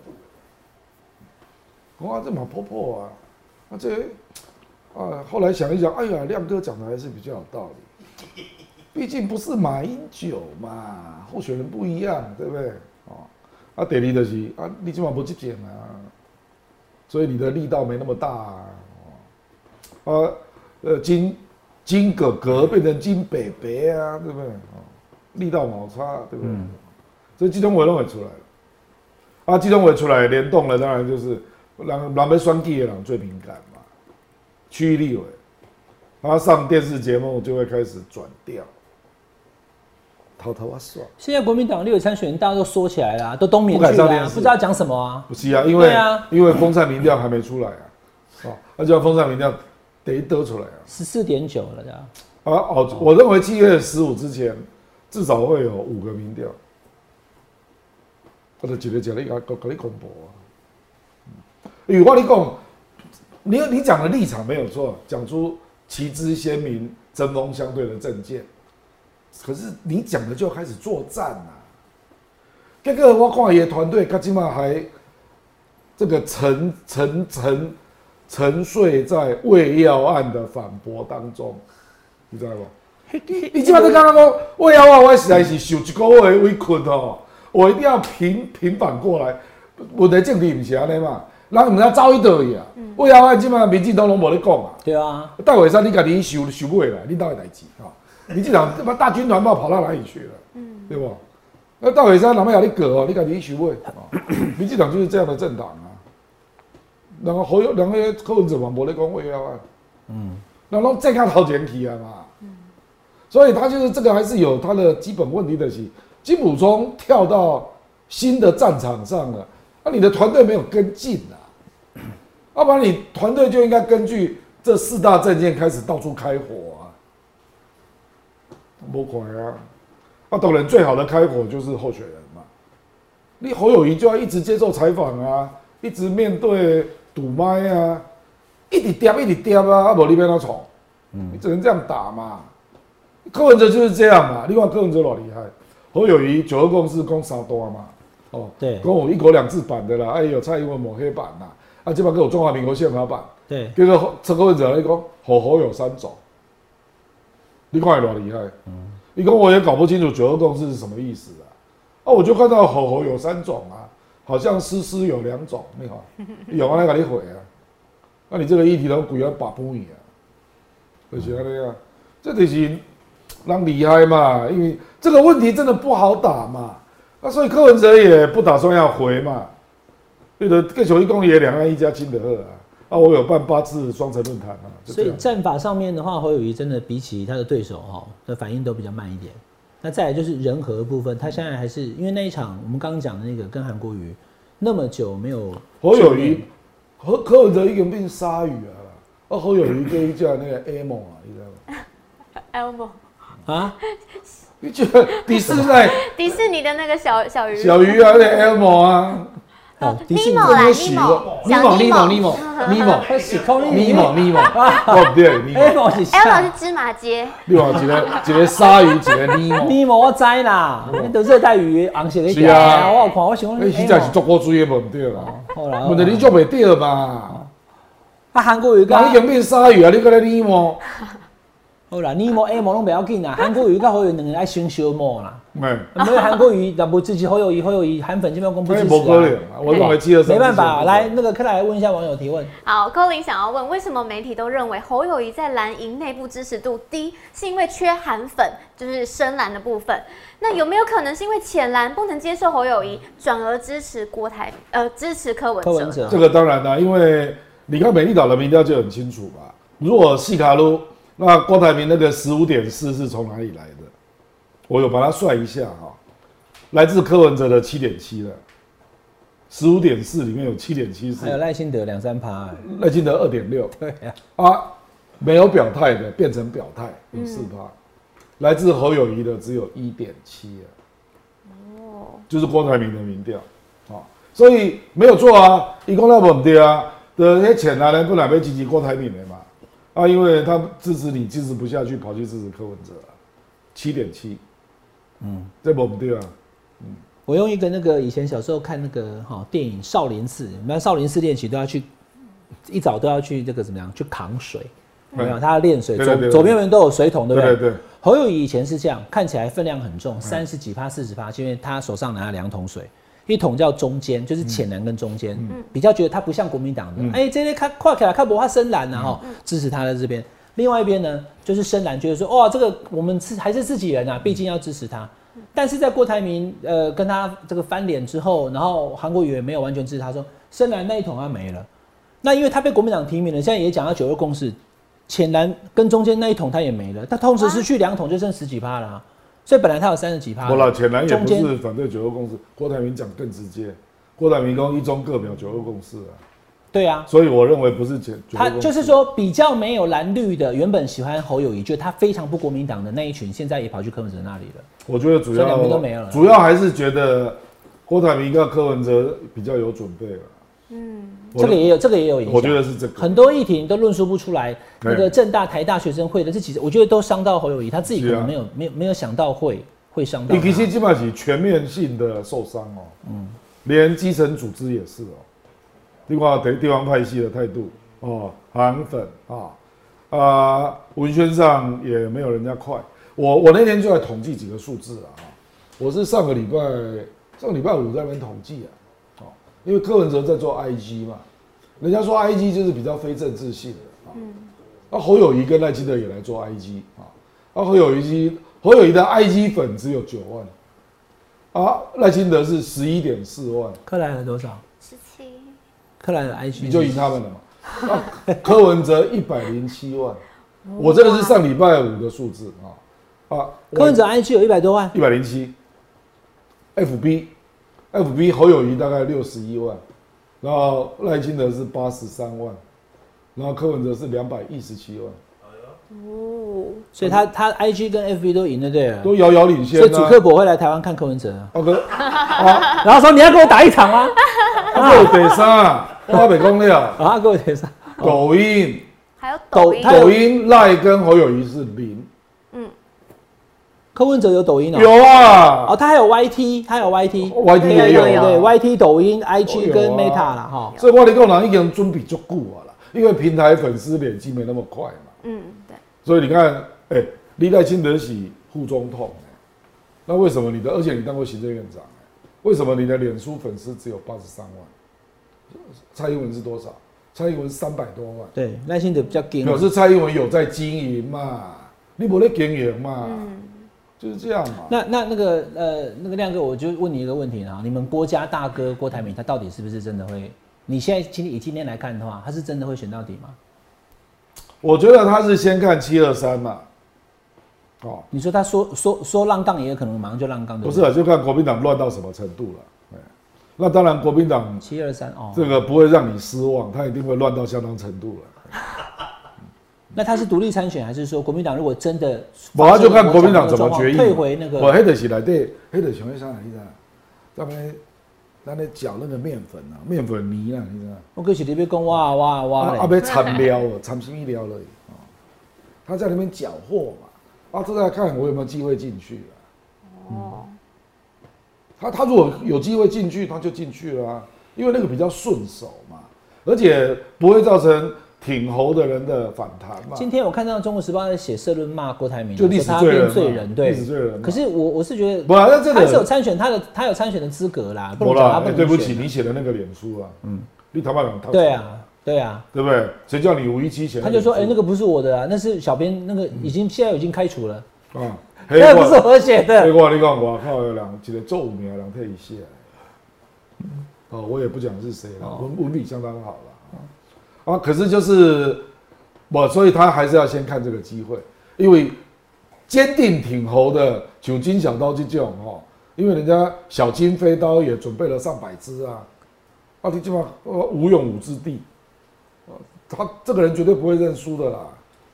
Speaker 3: 讲啊，这马婆婆啊，啊这啊，后来想一想，哎呀，亮哥讲的还是比较有道理。毕竟不是马英九嘛，候选人不一样，对不对？哦，啊，第二就是啊，你今晚不去检啊，所以你的力道没那么大啊。哦，啊，呃，金金哥哥变成金北北啊，对不对？哦，力道冇差，对不对？所以季中委都会出来了，啊，季中委出来联动了，当然就是让让被双地的人最敏感嘛，区域立委。他上电视节目就会开始转调，偷偷啊算。
Speaker 1: 现在国民党立委参选人大家都缩起来了啊、都冬眠去
Speaker 3: 不敢上
Speaker 1: 了
Speaker 3: 电
Speaker 1: 啊、
Speaker 3: 视
Speaker 1: 不知道讲什么啊。
Speaker 3: 不是啊，因为、
Speaker 1: 对啊
Speaker 3: 因为风扇民调还没出来啊，哦，那就要风扇民调得得出来啊。
Speaker 1: 十四点九了的，
Speaker 3: 啊哦，我认为七月十五之前至少会有五个民调，或者几个奖励啊，搞搞你恐怖啊。嗯，与我跟你讲，你你讲的立场没有错，讲出旗帜鲜明、针锋相对的政见，可是你讲的就开始作战啦、这个我看也团队，他起码还这个沉沉沉沉睡在魏耀案的反驳当中。你知道不？你 你即摆在讲讲，我要啊我我实在是受一个月的委屈哦，我一定要平平反过来。问题政治毋是安尼嘛，人毋知走去倒去啊。我要我即摆民进党拢无咧讲啊。
Speaker 1: 对啊，
Speaker 3: 戴伟山，你家己收收尾了，你到底代志啊？你这场他妈大军团炮跑到哪里去了？嗯，对不？那戴伟山哪么有你葛哦？你家己收尾啊？民进党就是这样的政党啊。然后侯友，然后柯文哲嘛，无咧讲话啊。嗯，然后再看头前去啊嘛。所以他就是这个还是有他的基本问题的是，金溥聪跳到新的战场上了，那、你的团队没有跟进啊。要不然你团队就应该根据这四大证件开始到处开火啊，不管啊，那当然最好的开火就是候选人嘛。你侯友谊就要一直接受采访啊，一直面对堵麦啊，一直颠一直颠啊，啊，无你要哪闯？你只能这样打嘛。柯文哲就是这样嘛，你看柯文哲老厉害，侯友谊九二共识攻三多嘛，哦，
Speaker 1: 对
Speaker 3: 跟我一国两制版的啦，哎、有蔡英文抹黑版啦，啊，这边给我中华民国宪法版，
Speaker 1: 对，
Speaker 3: 结果陈柯文哲你讲吼吼有三种，你看有多厉害？嗯，你讲我也搞不清楚九二共识是什么意思啊？啊，我就看到吼吼有三种啊，好像诗诗有两种，你好，有啊，那给你毁啊，那你这个议题都鬼要把不赢啊，就是安尼啊，这就是让厉害嘛，因为这个问题真的不好打嘛，那所以柯文哲也不打算要回嘛。对的，各球一公也两岸一家亲的二啊！啊，我有办八次双城论坛啊，就
Speaker 1: 所
Speaker 3: 这
Speaker 1: 以
Speaker 3: 样。
Speaker 1: 战法上面的话，侯友谊真的比起他的对手哈、的反应都比较慢一点。那再来就是人和的部分，他现在还是因为那一场我们刚刚讲的那个跟韩国瑜那么久没有
Speaker 3: 侯友
Speaker 1: 见
Speaker 3: 谊
Speaker 1: 面，
Speaker 3: 和柯文哲一个人变鲨鱼啊！啊，侯友谊跟一叫那个 A 梦啊，你知道吗？
Speaker 2: elbow
Speaker 1: 啊，
Speaker 3: 你觉得迪士尼在
Speaker 2: 迪士尼的那个小小鱼，
Speaker 3: 小鱼啊，那 A 梦啊，
Speaker 1: 哦，迪 士尼
Speaker 2: 尼莫
Speaker 1: 这边
Speaker 2: 啦，尼
Speaker 1: 洗
Speaker 2: 莫，
Speaker 3: 尼
Speaker 2: 小
Speaker 3: 莫
Speaker 2: 尼
Speaker 3: 尼
Speaker 2: 莫
Speaker 3: 莫尼莫尼莫
Speaker 1: 他洗空
Speaker 3: 尼莫尼莫，哦不对，尼
Speaker 1: 哎，
Speaker 3: 莫，
Speaker 1: 我是
Speaker 2: ，elbow 是芝麻街，
Speaker 3: 另外一个一个鲨鱼，一个 尼莫，
Speaker 1: 尼莫我知啦，你都热带鱼红色的
Speaker 3: 是啊
Speaker 1: 我有看，我想讲
Speaker 3: 那实在是做过水的，无对啦。
Speaker 1: 好啦，
Speaker 3: 问题你做袂对嘛？
Speaker 1: 啊韩国瑜
Speaker 3: 人已
Speaker 1: 甲
Speaker 3: 经变鲨鱼啊，你搁咧尼莫？
Speaker 1: 好啦，尼莫 A 哎莫拢不要紧啦，韩国瑜甲侯友宜两个人爱先小莫啦，啊
Speaker 3: 没。
Speaker 1: 没有韩国瑜，那不支持侯友宜，侯友宜韩粉这边公布
Speaker 3: 所
Speaker 1: 支
Speaker 3: 以
Speaker 1: 持、啊，
Speaker 3: 不可能啊，我认为七二三
Speaker 1: 没办法，来那个克莱问一下网友提问，
Speaker 2: 好，柯林想要问，为什么媒体都认为侯友谊在蓝营内部支持度低，是因为缺韩粉，就是深蓝的部分？那有没有可能是因为浅蓝不能接受侯友谊，转而支持郭台呃支持柯文
Speaker 1: 柯文
Speaker 2: 哲？
Speaker 1: 哲
Speaker 3: 这，个当然啦、因为你看美丽岛的民调就很清楚嘛。如果细卡路，那郭台铭那个十五点四是从哪里来的？我有把它算一下哈、来自柯文哲的七点七了，十五点四里面有七点七
Speaker 1: 还有
Speaker 3: 是
Speaker 1: 赖清德两三趴、哎
Speaker 3: 赖清德二点六
Speaker 1: 对呀、
Speaker 3: 啊，没有表态的变成表态有四趴，来自侯友谊的只有一点七啊。
Speaker 2: 哦，
Speaker 3: 就是郭台铭的民调，啊、所以没有错啊，一共那不对啊，的那些钱拿来不然被支持郭台铭的嘛，啊，因为他支持你支持不下去，跑去支持柯文哲、啊，七点七，嗯，这不对啊，
Speaker 1: 我用一个那个以前小时候看那个哈、电影《少林寺》，我们少林寺练习都要去，一早都要去这个怎么样去扛水，有没有？他要练水，
Speaker 3: 对对对
Speaker 1: 左
Speaker 3: 对
Speaker 1: 左边人都有水桶，对不对？啊
Speaker 3: 对对
Speaker 1: 侯友谊以前是这样，看起来分量很重，三十几趴、四十趴，是因为他手上拿了两桶水，一桶叫中间，就是浅蓝跟中间，比较觉得他不像国民党的，哎、这些看跨起来看不怕深蓝然、啊、后、支持他的这边。另外一边呢，就是深蓝觉得说，哇，这个我们是还是自己人啊，毕竟要支持他。但是在郭台铭呃跟他这个翻脸之后，然后韩国瑜也没有完全支持他说，深蓝那一桶他没了。那因为他被国民党提名了，现在也讲到九二共识，浅蓝跟中间那一桶他也没了，他同时失去两桶就剩十几趴了啊、所以本来他有三十几趴，
Speaker 3: 我老浅蓝也不
Speaker 1: 中间
Speaker 3: 是反对九二共识，郭台铭讲更直接，郭台铭讲一中各表九二共识啊，
Speaker 1: 对啊，
Speaker 3: 所以我认为不是简，九二
Speaker 1: 他
Speaker 3: 共识
Speaker 1: 就是说比较没有蓝绿的，原本喜欢侯友谊，就他非常不国民党的那一群，现在也跑去柯文哲那里了。
Speaker 3: 我觉得主
Speaker 1: 这两个都没有
Speaker 3: 要
Speaker 1: 了
Speaker 3: 主要还是觉得郭台铭跟柯文哲比较有准备了。嗯，
Speaker 1: 这个也有，这个也有影响。
Speaker 3: 我觉得是这个，
Speaker 1: 很多议题你都论述不出来，
Speaker 3: 对
Speaker 1: 那个正大、台大学生会的，这其实我觉得都伤到侯友谊，他自己可
Speaker 3: 是
Speaker 1: 能
Speaker 3: 啊
Speaker 1: 没有、没有没有想到会会伤到
Speaker 3: 你
Speaker 1: 他。
Speaker 3: 其实基本上是全面性的受伤哦，嗯，连基层组织也是哦。另外，对地方派系的态度哦，韩粉啊啊、文宣上也没有人家快。我我那天就来统计几个数字啊，我是上个礼拜上个礼拜五在那边统计啊，哦，因为柯文哲在做 IG 嘛，人家说 IG 就是比较非政治性的啊。那侯友谊跟赖清德也来做 IG 啊，那侯友谊侯友谊的 IG 粉只有九万，啊，赖清德是十一点四万，
Speaker 1: 克莱尔多少？
Speaker 2: 十七，
Speaker 1: 克莱尔 IG
Speaker 3: 你就赢他们了嘛。啊、柯文哲一百零七万，我这个是上礼拜五的数字啊啊，
Speaker 1: 柯文哲 IG 有一百多万，
Speaker 3: 一百零七，FB FB 侯友谊大概六十一万，然后赖清德是八十三万，然后柯文哲是两百一十七万，
Speaker 2: 哦，
Speaker 1: 所以他他 IG 跟 FB 都赢了，对了。
Speaker 3: 都遥遥领先、
Speaker 1: 所
Speaker 3: 啊。
Speaker 1: 以主客博会来台湾看柯文哲啊，
Speaker 3: 啊可啊，
Speaker 1: 然后说你要跟我打一场 吗？
Speaker 3: 啊，有北沙，我北公了，
Speaker 1: 啊，各位等一下，
Speaker 3: 抖音，
Speaker 2: 还有
Speaker 1: 抖
Speaker 2: 抖音，
Speaker 1: 他
Speaker 3: 抖音赖跟侯友谊是零，
Speaker 1: 柯文哲有抖音哦、
Speaker 3: 有啊
Speaker 1: 哦，，他还有 YT，他有 YT。
Speaker 3: YT
Speaker 2: 哦有
Speaker 3: 也
Speaker 2: 有
Speaker 1: 对
Speaker 2: 有
Speaker 1: 对
Speaker 3: 有啊，
Speaker 1: ，YT、抖音、
Speaker 3: 都有
Speaker 1: IG
Speaker 3: 啊
Speaker 1: 跟 Meta 啦，哈，
Speaker 3: 所以我的个人已经准备足久啊啦，因为平台粉丝累积没那么快嘛，
Speaker 2: 嗯，对，
Speaker 3: 所以你看，哎、李代清德喜副总统、欸那为什么你的，而且你当过行政院长、欸为什么你的脸书粉丝只有八十三万？蔡英文是多少？蔡英文三百多万。
Speaker 1: 对，耐心的比较紧。
Speaker 3: 表示蔡英文有在经营嘛，你没在经营嘛，就是这样嘛。
Speaker 1: 那那那个呃，那个亮哥，我就问你一个问题啊，你们郭家大哥郭台铭他到底是不是真的会？你现在今以今天来看的话，他是真的会选到底吗？
Speaker 3: 我觉得他是先看七二三嘛，哦，
Speaker 1: 你说他说说说浪荡，也有可能马上就浪荡，对
Speaker 3: 不
Speaker 1: 不
Speaker 3: 是
Speaker 1: 对？
Speaker 3: 啊，就看国民党乱到什么程度了。哎那当然，国民党
Speaker 1: 七二三哦，
Speaker 3: 这个不会让你失望，他一定会乱到相当程度了。
Speaker 1: 那他是独立参选，还是说国民党如果真的
Speaker 3: 我要就看国民党怎么决议，
Speaker 1: 退回那
Speaker 3: 我
Speaker 1: 个？
Speaker 3: 黑的起来对，黑的熊会上来，你知道吗？咱们咱们搅那个面粉啊，面粉泥啊，你知道吗？
Speaker 1: 我跟许立斌讲哇哇哇
Speaker 3: 啊，啊，
Speaker 1: 嘞，
Speaker 3: 要掺料哦，掺什么料了？哦，他在那边搅和嘛，啊，这在看我有没有机会进去啊。
Speaker 2: 哦，
Speaker 3: 他他如果有机会进去，他就进去了、啊，因为那个比较顺手嘛，而且不会造成挺侯的人的反弹嘛。
Speaker 1: 今天我看到《中国时报》在写社论骂郭台铭，
Speaker 3: 就历史
Speaker 1: 说他
Speaker 3: 罪人
Speaker 1: 变
Speaker 3: 嘛
Speaker 1: 罪人，对，
Speaker 3: 历史罪人嘛
Speaker 1: 可是我我是觉得，
Speaker 3: 不啦，那这
Speaker 1: 他是有
Speaker 3: 个
Speaker 1: 参选他的，他有参选的资格啦，不
Speaker 3: 不
Speaker 1: 能讲他
Speaker 3: 啦，
Speaker 1: 不
Speaker 3: 哎
Speaker 1: 能
Speaker 3: 对不
Speaker 1: 选
Speaker 3: 起，你写的那个脸书啊，嗯，你他妈讲他
Speaker 1: 对，啊，对啊。
Speaker 3: 对不对？谁叫你五一七写的
Speaker 1: 他
Speaker 3: 脸
Speaker 1: 就说：“
Speaker 3: 书？
Speaker 1: 哎、那个不是我的啊，那是小编那个已经、现在已经开除了，
Speaker 3: 个啊，嗯黑
Speaker 1: 哎 那个不是
Speaker 3: 我
Speaker 1: 我写
Speaker 3: 黑
Speaker 1: 的。
Speaker 3: 我跟你讲，我靠，有两一个做五名的人退一下。哦，我也不讲是谁了，文文笔相当好了。啊，可是就是我，所以他还是要先看这个机会，因为坚定挺侯的九金小刀就这种哦，因为人家小金飞刀也准备了上百支啊，啊，你起码无用武之地，啊，他这个人绝对不会认输的啦，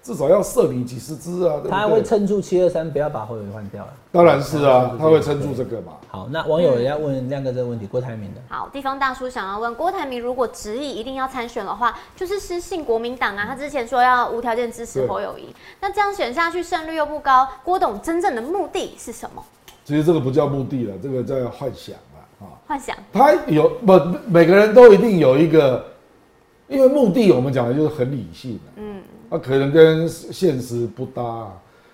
Speaker 3: 至少要射你几十支啊，对不对
Speaker 1: 他会撑住七二三，不要把侯友宜换掉了。
Speaker 3: 当然是啊，他会撑住这个嘛。
Speaker 1: 好，那网友也要问亮哥这个问题，郭台铭的，
Speaker 2: 好，地方大叔想要问郭台铭，如果执意一定要参选的话，就是失信国民党啊。他之前说要无条件支持
Speaker 3: 对
Speaker 2: 侯友谊，那这样选下去胜率又不高，郭董真正的目的是什么？
Speaker 3: 其实这个不叫目的了，这个叫幻想了啊。
Speaker 2: 幻想，
Speaker 3: 他有不每个人都一定有一个，因为目的我们讲的就是很理性啊，
Speaker 2: 嗯，
Speaker 3: 啊可能跟现实不搭啊、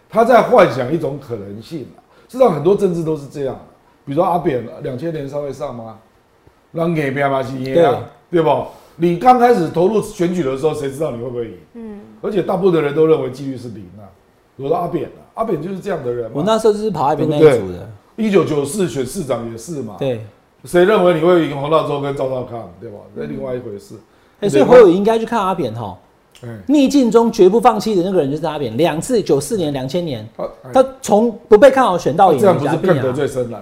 Speaker 3: 他在幻想一种可能性啊。事实上，很多政治都是这样的，比如说阿扁两千年稍微上吗？让给别嘛是赢啊，对不？你刚开始投入选举的时候，谁知道你会不会赢？嗯，而且大部分的人都认为几率是零啊。我说阿扁啊，阿扁就是这样的人
Speaker 1: 我
Speaker 3: 嘛。
Speaker 1: 那时候就是跑那边那一
Speaker 3: 对不
Speaker 1: 组
Speaker 3: 对哦
Speaker 1: 的，
Speaker 3: 一九九四选市长也是嘛，
Speaker 1: 对。
Speaker 3: 谁认为你会赢洪道周跟赵少康，对吧？那另外一回事。
Speaker 1: 哎、所以侯友宜应该去看阿扁哈，
Speaker 3: 哎，
Speaker 1: 逆境中绝不放弃的那个人就是阿扁，两次九四年、两千年，
Speaker 3: 他
Speaker 1: 他从不被看好选到赢，
Speaker 3: 他哎哦这样不是
Speaker 1: 贾碧
Speaker 3: 更
Speaker 1: 啊
Speaker 3: 得罪深蓝？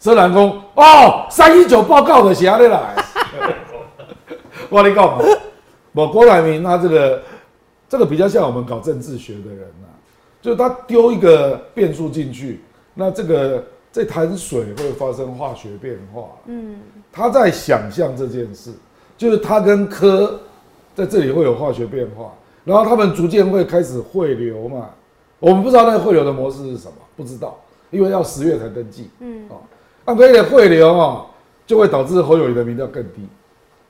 Speaker 3: 深蓝公哦，三一九报告的写的来，我跟你讲嘛，我郭台铭他这个这个比较像我们搞政治学的人呐、就是他丢一个变数进去，那这个这潭水会发生化学变化。
Speaker 2: 嗯，
Speaker 3: 他在想象这件事，就是他跟科在这里会有化学变化，然后他们逐渐会开始汇流嘛。我们不知道那个汇流的模式是什么，不知道，因为要十月才登记。
Speaker 2: 嗯
Speaker 3: 哦，按规的汇流哦，就会导致侯友谊的民调更低。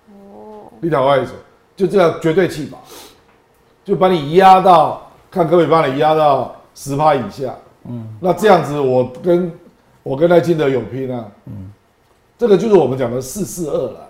Speaker 3: 哦，你懂我意思？就这样绝对弃保，就把你压到看可不可以把你压到十趴以下。嗯，那这样子我跟我跟赖清德有拼啊。嗯，这个就是我们讲的四四二了。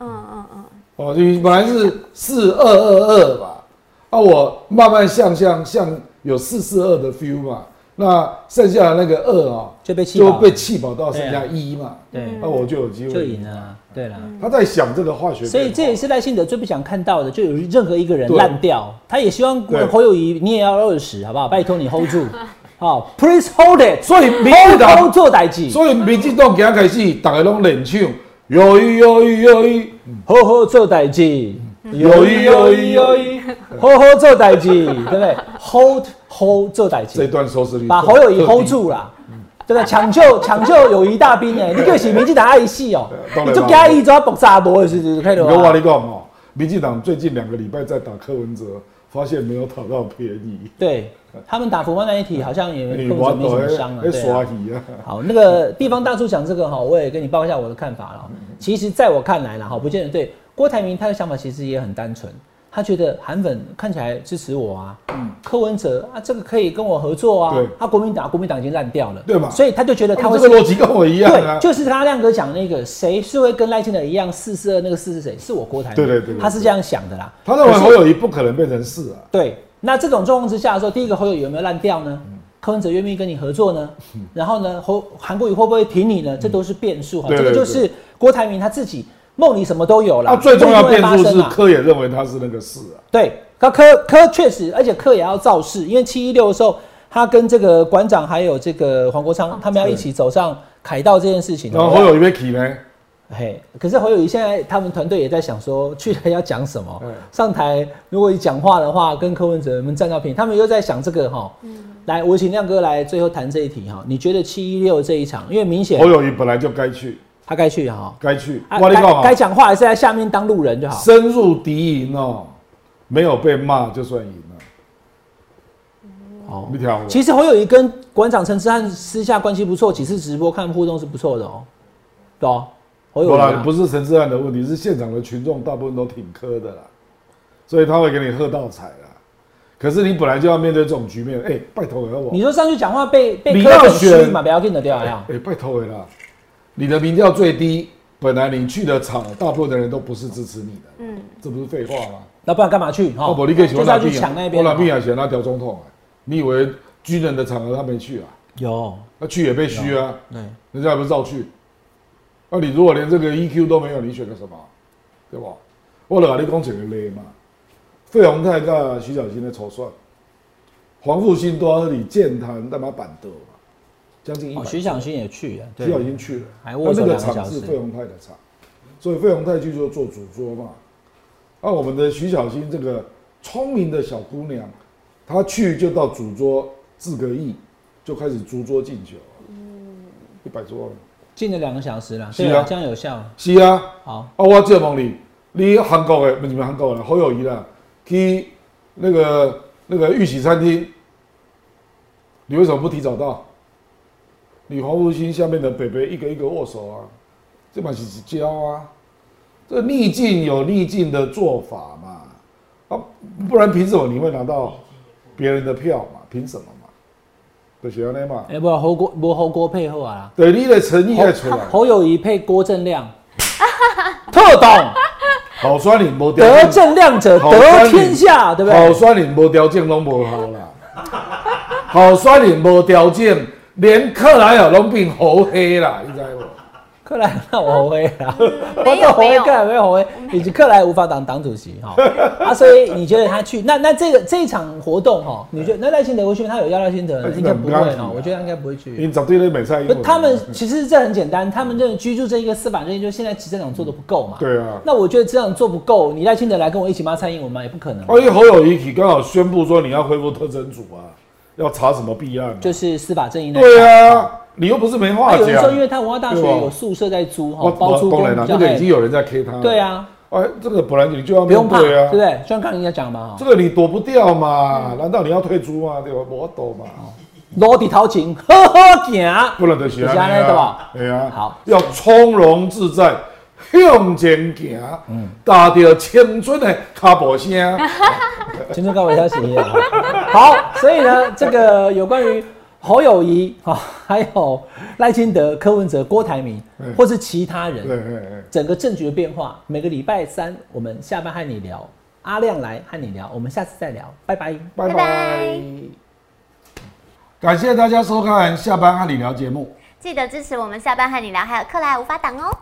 Speaker 2: 嗯嗯嗯，
Speaker 3: 哦，你本来是四二二二吧，啊，我慢慢向向向有四四二的 feel 嘛，那剩下的那个二啊、
Speaker 1: 就被气
Speaker 3: 就
Speaker 1: 跑，
Speaker 3: 被嗯气跑到剩下一嘛，
Speaker 1: 对啊
Speaker 3: 那我就有机
Speaker 1: 就
Speaker 3: 会
Speaker 1: 赢。了，对了。
Speaker 3: 他在想这个化学变化，
Speaker 1: 所以这也是赖幸德最不想看到的，就有任何一个人
Speaker 3: 对
Speaker 1: 烂掉，他也希望
Speaker 3: 对
Speaker 1: 侯友谊你也要二十，好不好？拜托你 hold 住，好，please hold it，
Speaker 3: 所以民进
Speaker 1: hold
Speaker 3: 党
Speaker 1: hold 做代志，
Speaker 3: 所以民进党今开始，大家拢冷笑，有意有意有意，
Speaker 1: 好好做代志，
Speaker 3: 有意有意有
Speaker 1: 意，
Speaker 3: 意，
Speaker 1: 好好做代志，对不对？hold hold 做代
Speaker 3: 这
Speaker 1: 志，
Speaker 3: 段收视率
Speaker 1: 把侯友谊 hold
Speaker 3: 特低，
Speaker 1: 住啦，对不对？抢救 抢救友谊大兵哎，你就是民进党爱戏哦
Speaker 3: 对啊，当然
Speaker 1: 你就
Speaker 3: 啦
Speaker 1: 加一抓爆炸波是是开头
Speaker 3: 我跟我跟你讲哦，民进党最近两个礼拜在打柯文哲，发现没有讨到便宜，
Speaker 1: 对他们打福湾那一题好像也
Speaker 3: 你
Speaker 1: 根本就没什么伤了，
Speaker 3: 还
Speaker 1: 对啊
Speaker 3: 刷鱼啊，
Speaker 1: 好，那个地方大叔讲这个哈，我也跟你报一下我的看法了。其实，在我看来啦，哈，不见得对。郭台铭他的想法其实也很单纯，他觉得韩粉看起来支持我啊，柯文哲啊，这个可以跟我合作啊
Speaker 3: 对，
Speaker 1: 他、国民党国民党已经烂掉了，
Speaker 3: 对嘛
Speaker 1: 所以他就觉得他
Speaker 3: 他
Speaker 1: 会
Speaker 3: 们
Speaker 1: 是
Speaker 3: 这个逻辑跟我一样啊
Speaker 1: 对，，就是他亮哥讲那个，谁是会跟赖清德一样四四二那个四是谁？是我郭台铭，
Speaker 3: 对对对对
Speaker 1: 他是这样想的啦。
Speaker 3: 他认为
Speaker 1: 可是
Speaker 3: 侯友谊不可能变成四啊，
Speaker 1: 对，那这种状况之下的时候，第一个侯友有没有烂掉呢？
Speaker 3: 嗯
Speaker 1: 柯文哲愿不愿意跟你合作呢？然后呢，侯韩国瑜会不会挺你呢？这都是变数哈。
Speaker 3: 嗯对
Speaker 1: 这个
Speaker 3: 对
Speaker 1: 就是郭台铭他自己梦里什么都有了，
Speaker 3: 他最重要
Speaker 1: 不一
Speaker 3: 变
Speaker 1: 定会
Speaker 3: 数
Speaker 1: 发生
Speaker 3: 是
Speaker 1: 啦
Speaker 3: 柯也认为他是那个四啊，
Speaker 1: 对，那柯柯确实，而且柯也要造势，因为七一六的时候，他跟这个馆长还有这个黄国昌他们要一起走上凯道这件事情。
Speaker 3: 啊然后侯友谊被起呢，
Speaker 1: 嘿，可是侯友谊现在他们团队也在想说，去了要讲什么
Speaker 3: 嗯？
Speaker 1: 上台如果你讲话的话，跟柯文哲们占到便宜，他们又在想这个哈。来，我请亮哥来最后谈这一题哈。你觉得七一六这一场，因为明显
Speaker 3: 侯友谊本来就该去，
Speaker 1: 他该去哈，
Speaker 3: 该去，
Speaker 1: 啊
Speaker 3: 我跟你讲
Speaker 1: 该该
Speaker 3: 啊，
Speaker 1: 讲话还是在下面当路人就好。
Speaker 3: 深入敌营哦，没有被骂就算赢了，
Speaker 1: 哦
Speaker 3: 你听我。
Speaker 1: 其实侯友谊跟馆长陈之汉私下关系不错，几次直播看互动是不错的哦。对哦，侯友
Speaker 3: 不
Speaker 1: 谊
Speaker 3: 啦，
Speaker 1: 啊
Speaker 3: 不是陈志汉的问题，是现场的群众大部分都挺苛的啦，所以他会给你喝到彩啦。可是你本来就要面对这种局面，哎、拜托了我
Speaker 1: 你，说上去讲话被被
Speaker 3: 你
Speaker 1: 柯
Speaker 3: 要
Speaker 1: 粉
Speaker 3: 选
Speaker 1: 虚嘛，不要跟着掉呀
Speaker 3: 哎、。拜托了啦，你的民调最低，本来你去的场，大部分的人都不是支持你的，嗯，这不是废话吗？啊
Speaker 1: 那不然干嘛去？哈
Speaker 3: 那伯利克喜
Speaker 1: 哦就
Speaker 3: 欢
Speaker 1: 是
Speaker 3: 拿
Speaker 1: 要
Speaker 3: 病
Speaker 1: 去抢那边
Speaker 3: 拿
Speaker 1: 嘛。
Speaker 3: 病啊，选那调总统啊，你以为军人的场合他没去啊？
Speaker 1: 有，
Speaker 3: 那去也被虚啊，
Speaker 1: 对，
Speaker 3: 人家还不是照去？那、你如果连这个 EQ 都没有，你选个什么？对吧？我来跟你讲一个例嘛，费鸿泰跟徐小新在筹算，黄复兴都要你健谈干嘛板凳嘛，将近一百、
Speaker 1: 哦，徐小新也去了，
Speaker 3: 徐小新去了，
Speaker 1: 还握手
Speaker 3: 那那个
Speaker 1: 两个
Speaker 3: 场
Speaker 1: 小时
Speaker 3: 是费鸿泰的场，所以费鸿泰去就做主桌嘛。那、我们的徐小新这个聪明的小姑娘，她去就到主桌自个意，就开始逐桌敬酒，啊一百桌了。
Speaker 1: 进了两个小时了，
Speaker 3: 是啊
Speaker 1: 对啊，这样有效。
Speaker 3: 是啊，
Speaker 1: 好，
Speaker 3: 啊，我借问你，你韩国的不是韩国的侯友谊啦，去那个那个玉玺餐厅，你为什么不提早到？你黄复兴下面的北北一个一个握手啊，这把是交啊，这逆境有逆境的做法嘛，啊，不然凭什么你会拿到别人的票嘛，凭什么嘛？就是安尼嘛。
Speaker 1: 哎、不侯郭无侯郭配合啊
Speaker 3: 对，你的诚意要出
Speaker 1: 啦
Speaker 3: 来，，
Speaker 1: 侯友谊配郭正 亮，特懂
Speaker 3: 好酸你无
Speaker 1: 得
Speaker 3: 条件，
Speaker 1: 正亮者
Speaker 3: 好酸
Speaker 1: 得
Speaker 3: 你
Speaker 1: 天下，对不
Speaker 3: 好
Speaker 1: 对？
Speaker 3: 酸你无条件拢无好啦，好酸你无条件，连克莱尔拢变好黑啦，你知无？
Speaker 1: 克莱那我侯威啊， 我
Speaker 2: 没有
Speaker 1: 侯
Speaker 2: 没
Speaker 1: 威
Speaker 2: 有
Speaker 1: 克莱没有侯威，以及克莱无法当党主席哈、啊，所以你觉得他去那那这个这一场活动哈、你觉得那赖清德会去吗？他有邀赖清德吗，
Speaker 3: 赖
Speaker 1: 应
Speaker 3: 清德
Speaker 1: 该不会
Speaker 3: 不要去啊
Speaker 1: 哦，我觉得他应该不会去。
Speaker 3: 因绝对咧袂使。
Speaker 1: 不，他们
Speaker 3: 嗯
Speaker 1: 其实这很简单，他们认为居住这一个司法任意，就现在执政党做的不够嘛。
Speaker 3: 对啊
Speaker 1: 那我觉得执政党做不够，你赖清德来跟我一起骂蔡英文吗？也不可能。
Speaker 3: 万一侯友谊体啊刚好宣布说你要恢复特征组啊，要查什么弊案、啊？
Speaker 1: 就是司法正义那一
Speaker 3: 对
Speaker 1: 块。
Speaker 3: 啊，你又不是没话
Speaker 1: 那有人说，
Speaker 3: 讲
Speaker 1: 因。为他文化大学
Speaker 3: 对吧
Speaker 1: 有宿舍在租哈，
Speaker 3: 我
Speaker 1: 包租
Speaker 3: 我
Speaker 1: 公
Speaker 3: 当然了
Speaker 1: 比，较
Speaker 3: 那个已
Speaker 1: 黑。
Speaker 3: 经有人在 K 他。
Speaker 1: 对，啊，
Speaker 3: 哎，这个本来你就要
Speaker 1: 不用
Speaker 3: 面
Speaker 1: 怕，
Speaker 3: 对
Speaker 1: 对嗯
Speaker 3: 啊
Speaker 1: 不，对？就像刚才人家讲嘛，哦
Speaker 3: 这个你躲不掉嘛？难道你要退出吗？对吧？我懂嘛，
Speaker 1: 哦裸体掏情，呵呵 行。啊
Speaker 3: 不能得行
Speaker 1: 就是这样对吧
Speaker 3: 啊，对啊，
Speaker 1: 好
Speaker 3: 要从容自在。向前行，踏着青春的脚步声，
Speaker 1: 嗯青春告白消息。好，所以呢，这个有关于侯友谊啊、还有赖清德、柯文哲、郭台铭，或是其他人，
Speaker 3: 嗯对对对，
Speaker 1: 整个政局的变化，每个礼拜三我们下班和你聊，阿亮来和你聊，我们下次再聊，拜拜。
Speaker 3: 拜
Speaker 2: 拜
Speaker 3: 拜
Speaker 2: 拜。
Speaker 3: 感谢大家收看下班和理聊节目。
Speaker 2: 记得支持我们下班和你聊，还有克莱无法党哦。